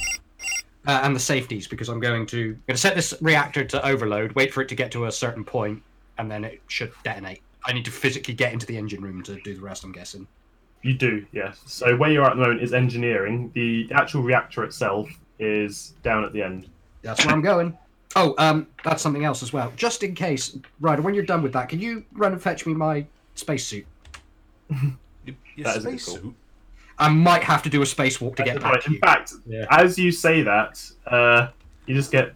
Uh, and the safeties, because I'm going to I'm going to set this reactor to overload, wait for it to get to a certain point, and then it should detonate. I need to physically get into the engine room to do the rest, I'm guessing.
You do, yes. So where you're at the moment is engineering. The actual reactor itself is down at the end.
That's where I'm going. Oh, um, that's something else as well. Just in case, Ryder, when you're done with that, can you run and fetch me my spacesuit?
Your,
That is a good
spacesuit.
I might have to do a spacewalk to get back
Right,
to
in
you.
fact,
Yeah.
as you say that, uh, you just get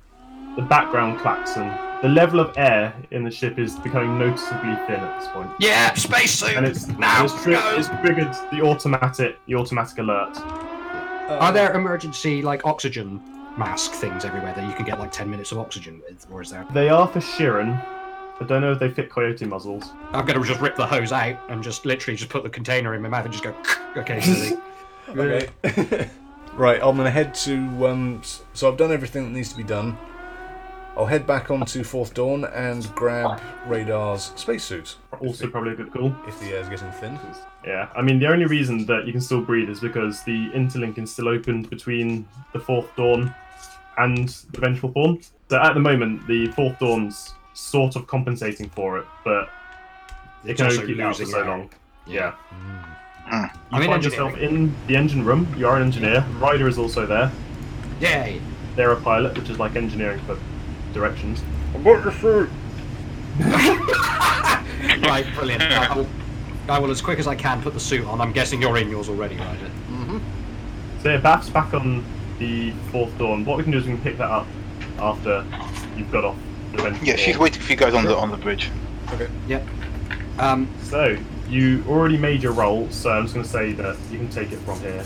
the background klaxon. The level of air in the ship is becoming noticeably thin at this point.
Yeah,
And it's,
spacesuit! Now!
it's, tri-
go!
it's triggered the automatic the automatic alert. Oh.
Are there emergency, like, oxygen mask things everywhere that you can get, like, 10 minutes of oxygen with? Or is there.
They are for Shirin. I don't know if they fit coyote muzzles.
I'm going to just rip the hose out and just literally just put the container in my mouth and just go, <laughs> occasionally.
Okay. <laughs> right, I'm gonna head to. Um, s- so I've done everything that needs to be done. I'll head back onto Fourth Dawn and grab Radar's spacesuit.
Also, probably a good call.
if the air's getting thin.
Yeah, I mean, the only reason that you can still breathe is because the interlink is still open between the Fourth Dawn and the Vengeful Thorn. So at the moment, the Fourth Dawn's sort of compensating for it, but it
It's
can
also
only keep it out for
losing
so
air.
long.
Yeah.
<laughs> Yeah.
Mm.
You
I'm in
find yourself in the engine room. You are an engineer. Ryder is also there.
Yay! <laughs>
They're a pilot, which is like engineering for directions.
Right, brilliant. I will, I will, as quick as I can, put the suit on. I'm guessing you're in yours already, Ryder.
So yeah, Bath's back on the Fourth Dawn. What we can do is we can pick that up after you've got off the Vengeful
Yeah, she's
Thorn.
waiting for you guys on the on the bridge.
Yep. Um,
So, you already made your roll, so I'm just going to say that you can take it from here.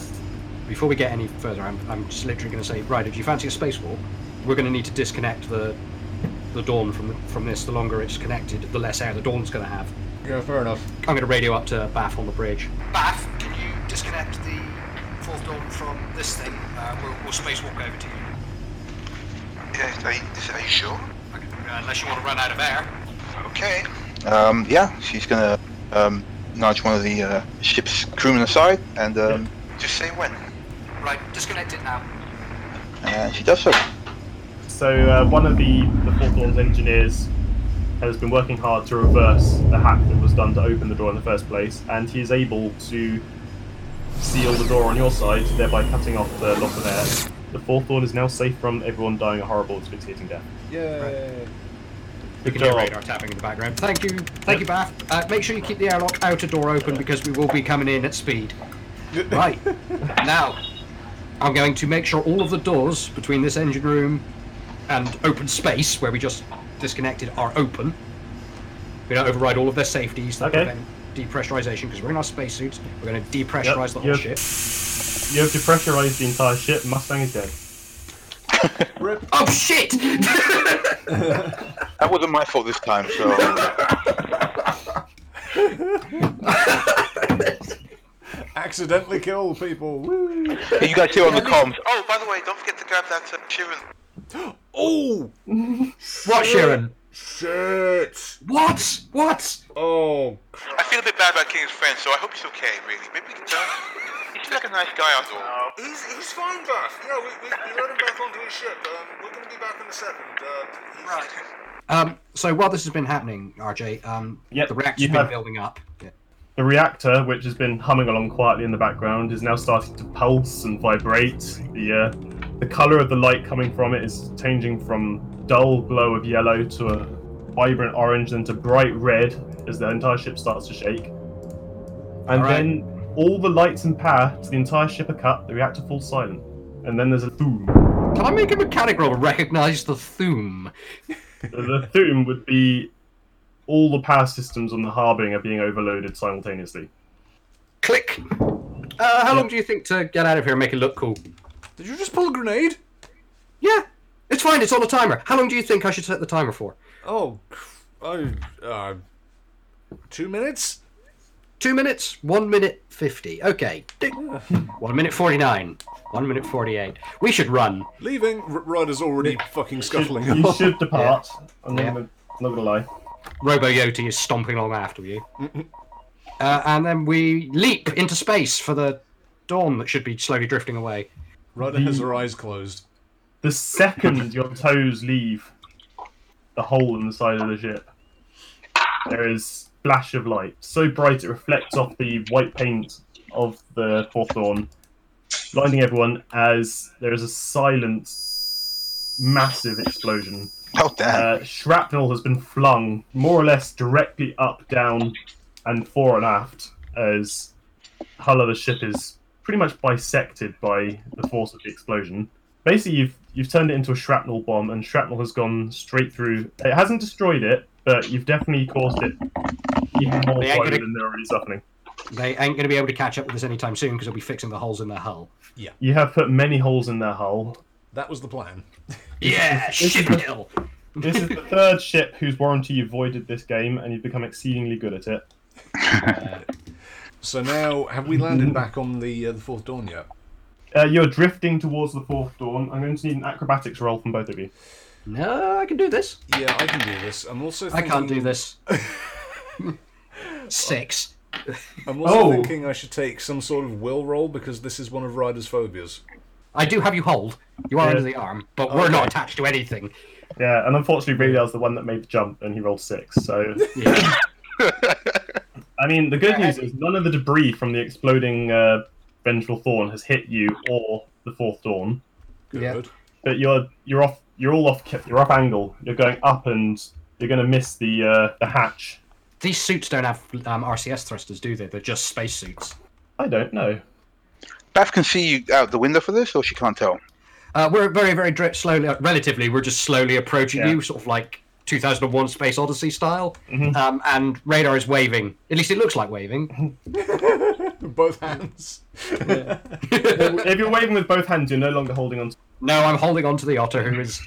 Before we get any further, I'm, I'm just literally going to say, right, if you fancy a spacewalk, we're going to need to disconnect the the dawn from from this. The longer it's connected, the less air the dawn's going to have.
Yeah, fair enough.
I'm going to radio up to Bath on the bridge.
Bath, can you disconnect the fourth dawn from this thing? Uh, we'll, we'll spacewalk over to you.
Yeah, are you, are you sure?
Okay. Uh, unless you want to run out of air.
Okay. Um, yeah, she's gonna um, nudge one of the uh, ship's crewmen aside and um, just say when.
Right, disconnect it now.
And she does so.
So, uh, one of the, the Four Thorns engineers has been working hard to reverse the hack that was done to open the door in the first place, and he is able to seal the door on your side, thereby cutting off the loss of air. The Fourth Thorn is now safe from everyone dying a horrible, asphyxiating death.
Yay!
We
Good
can hear
job.
radar tapping in the background. Thank you, thank you, Bath. Uh, make sure you keep the airlock outer door open because we will be coming in at speed. Right now, I'm going to make sure all of the doors between this engine room and open space where we just disconnected are open. We don't override all of their safeties that
Okay.
prevent depressurization because we're in our spacesuits. We're going to depressurize
Yep,
the whole
yep.
ship.
You have to pressurize the entire ship. Mustang is dead.
Oh shit! <laughs>
That wasn't my fault this time, <laughs> so
Accidentally kill people. Woo!
Hey, you guys hear on the comms. Oh, by the way, don't forget to grab that uh, Shirin.
Oh
what, Sharon?
shit!
What? What?
Oh,
Uh,
I feel a bit bad about King's friend, so I hope he's okay. Really, maybe we can tell him. He seems like a nice guy after all.
He's, he's fine, Bath. Yeah, we, we, we let him back onto his ship. Um, we're going to be back in a second. Uh, he's- <laughs>
Right.
Um, so while this has been happening, RJ, um,
Yep,
the reactor's
you
been
have-
building up.
The reactor, which has been humming along quietly in the background, is now starting to pulse and vibrate. The uh, the color of the light coming from it is changing from dull glow of yellow to a vibrant orange, then to bright red as the entire ship starts to shake. And
Alright.
then all the lights and power to the entire ship are cut. The reactor falls silent, and then there's a boom.
Can I make a mechanic roll to recognize the thoom?
the boom would be all the power systems on the harbinger being overloaded simultaneously.
Click. Uh, how long do you think to get out of here and make it look cool?
did you just pull a grenade?
Yeah, it's fine. It's on a timer. How long do you think I should set the timer for?
Oh, I, uh, two oh, minutes.
Two minutes, one minute fifty. Okay.
<laughs>
Dick. One minute forty-nine. One minute forty-eight. We should run.
Leaving, R- Ryder's already fucking scuffling.
You should depart. I'm not
Yeah.
gonna- not gonna lie.
Robo Yoti is stomping along after
<laughs>
you. Uh, and then we leap into space for the dawn that should be slowly drifting away.
Ryder has her eyes closed.
The second your toes leave the hole in the side of the ship, there is flash of light so bright it reflects off the white paint of the Hawthorn, blinding everyone as there is a silent, massive explosion.
Oh damn!
Uh, shrapnel has been flung more or less directly up, down, and fore and aft as hull of the ship is pretty much bisected by the force of the explosion. Basically, you've you've turned it into a shrapnel bomb, and shrapnel has gone straight through. It hasn't destroyed it, but you've definitely caused it even more
They ain't
fire
gonna-
than they're already suffering.
They ain't going to be able to catch up with us anytime soon because they'll be fixing the holes in their hull.
You have put many holes in their hull.
That was the plan.
<laughs> Yeah, shit kill.
This is the third ship whose warranty you voided this game, and you've become exceedingly good at it.
So now, have we
<laughs>
landed back on the uh, the fourth dawn yet?
Uh, you're drifting towards the fourth dawn. I'm going to need an acrobatics roll from both of you.
No, I can do this.
Yeah, I can do this. I'm also.
I
Thinking,
can't do this. <laughs> Six.
I'm also
Oh.
thinking I should take some sort of will roll because this is one of Ryder's phobias.
I do have you hold. You are
Yeah.
under the arm, but we're not attached to anything.
Yeah, and unfortunately, Radio's the one that made the jump, and he rolled six. So,
Yeah.
I mean, the good news is none of the debris from the exploding uh, vengeful thorn has hit you or the fourth dawn.
Good. <laughs>
Yeah.
But you're you're off. You're all off. ki- You're off angle. You're going up, and you're going to miss the uh, the hatch.
<coughs> These suits don't have um, RCS thrusters, do they? They're just spacesuits.
I don't know.
Beth can see you out the window for this, or she can't tell.
Uh, we're very, very dri- slowly, uh, relatively, we're just slowly approaching
Yeah.
you, sort of like 2001 Space Odyssey style.
Mm-hmm.
Um, and radar is waving. At least it looks like waving.
Both hands.
if you're waving with both hands, you're no longer holding on. To...
no, I'm holding on to the otter who is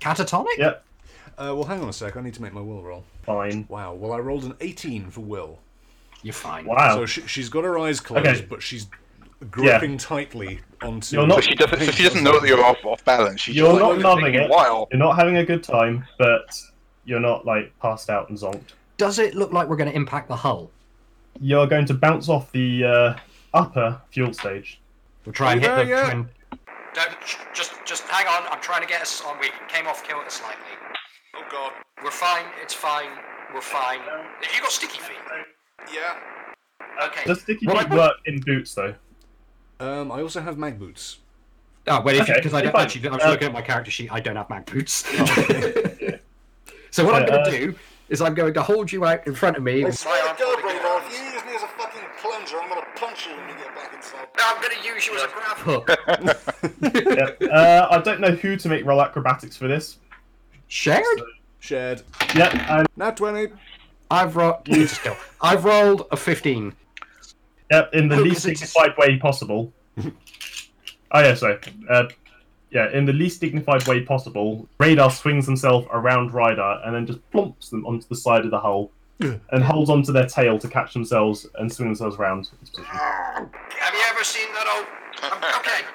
catatonic?
Yep,
Uh, well, hang on a sec. I need to make my will roll.
fine.
Wow. Well, I rolled an 18 for will.
You're fine.
Wow.
So she, she's got her eyes closed,
Oh. Okay.
but she's gripping tightly onto.
You're not-
But she doesn't. So she doesn't know that you're off off balance. She's
You're
just
not
like, "Oh,
loving
taking a
it.
While.
You're not having a good time, but you're not like passed out and zonked.
Does it look like we're going to impact the hull?
You're going to bounce off the uh, upper fuel stage.
We'll try and hit
there
the.
yet?
Try and... just, just hang on. I'm trying to get us on. We came off kilter slightly.
Oh god.
We're fine. It's fine. We're fine. Have you got sticky feet?
Yeah.
Okay.
Does Uh, sticky
Well,
feet
I-
work in boots though?
Um, I also have mag boots.
Oh, wait,
Okay,
because I
you're
don't
fine.
actually. I was
Uh,
looking at my character sheet. I don't have mag boots. <laughs> so what I'm
Yeah,
going
uh,
to do is I'm going to hold you out in front of me. with my
Swear
arm
to God,
holding
Radar,
down.
if you use me as a fucking plunger, I'm gonna punch you when you get back inside.
I'm going to use you as a grab hook.
Yep. uh, I don't know who to make roll acrobatics for this.
Shared.
Shared.
Yep, and
Now 20.
I've rolled. still. I've rolled a 15.
yep, in the
Oh,
least
'cause it's-
dignified way possible. oh yeah, sorry. Uh, yeah, in the least dignified way possible, Radar swings himself around Ryder and then just plumps them onto the side of the hull and holds onto their tail to catch themselves and swing themselves around. This position.
Have you ever seen that old? I'm- okay,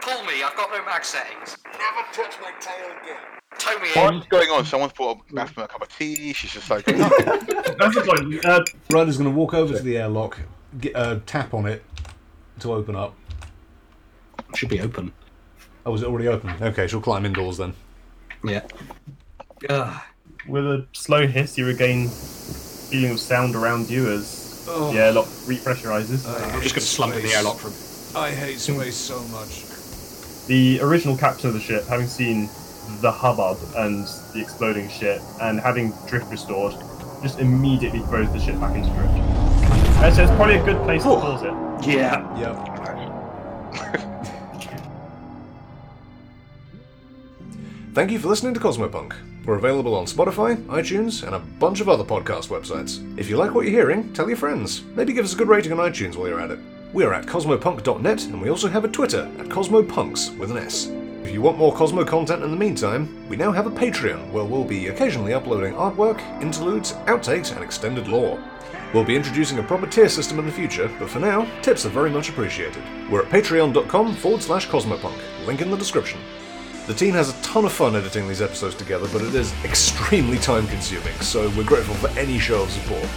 pull me. I've got no mag settings.
Never touch my tail again.
Tow me in.
What's going on? Someone's brought Beth a cup of tea. She's just
<laughs>
like, "Oh."
That's the point. Uh,
Ryder's going to walk over to the airlock, get, uh, tap on it to open up.
Should be open.
Oh, was it already open? Okay, she'll climb indoors then.
Yeah. Ugh.
With a slow hiss, you regain feeling of sound around you as
Oh. Uh,
the airlock repressurizes.
I'm just gonna slump in the airlock for.
I hate space so much.
the original captain of the ship, having seen the hubbub and the exploding ship, and having drift restored, just immediately throws the ship back into drift. Uh, so it's probably a good place to pause it.
Yeah.
Yep. Thank you for listening to Cosmopunk. We're available on Spotify, iTunes, and a bunch of other podcast websites. If you like what you're hearing, tell your friends. Maybe give us a good rating on iTunes while you're at it. We are at cosmopunk.net, and we also have a Twitter at cosmopunks with an S. If you want more Cosmo content in the meantime, we now have a Patreon where we'll be occasionally uploading artwork, interludes, outtakes, and extended lore. We'll be introducing a proper tier system in the future, but for now, tips are very much appreciated. We're at patreon.com forward slash cosmopunk, link in the description. The team has a ton of fun editing these episodes together, but it is <laughs> extremely time consuming, so we're grateful for any show of support.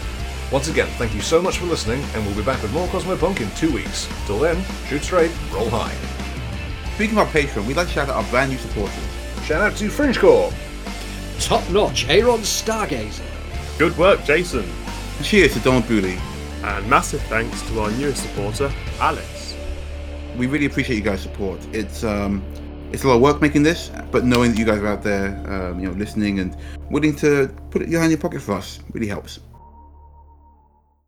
Once again, thank you so much for listening, and we'll be back with more Cosmopunk in two weeks. Till then, shoot straight, roll high.
Speaking of our Patreon, we'd like to shout out our brand new supporters.
Shout out to Fringe Corps,
Top notch, Aaron Stargazer.
Good work, Jason.
Cheers to Donald Bewley.
And massive thanks to our newest supporter, Alex.
We really appreciate you guys' support. It's um, it's a lot of work making this, but knowing that you guys are out there, um, you know, listening and willing to put it behind your pocket for us really helps.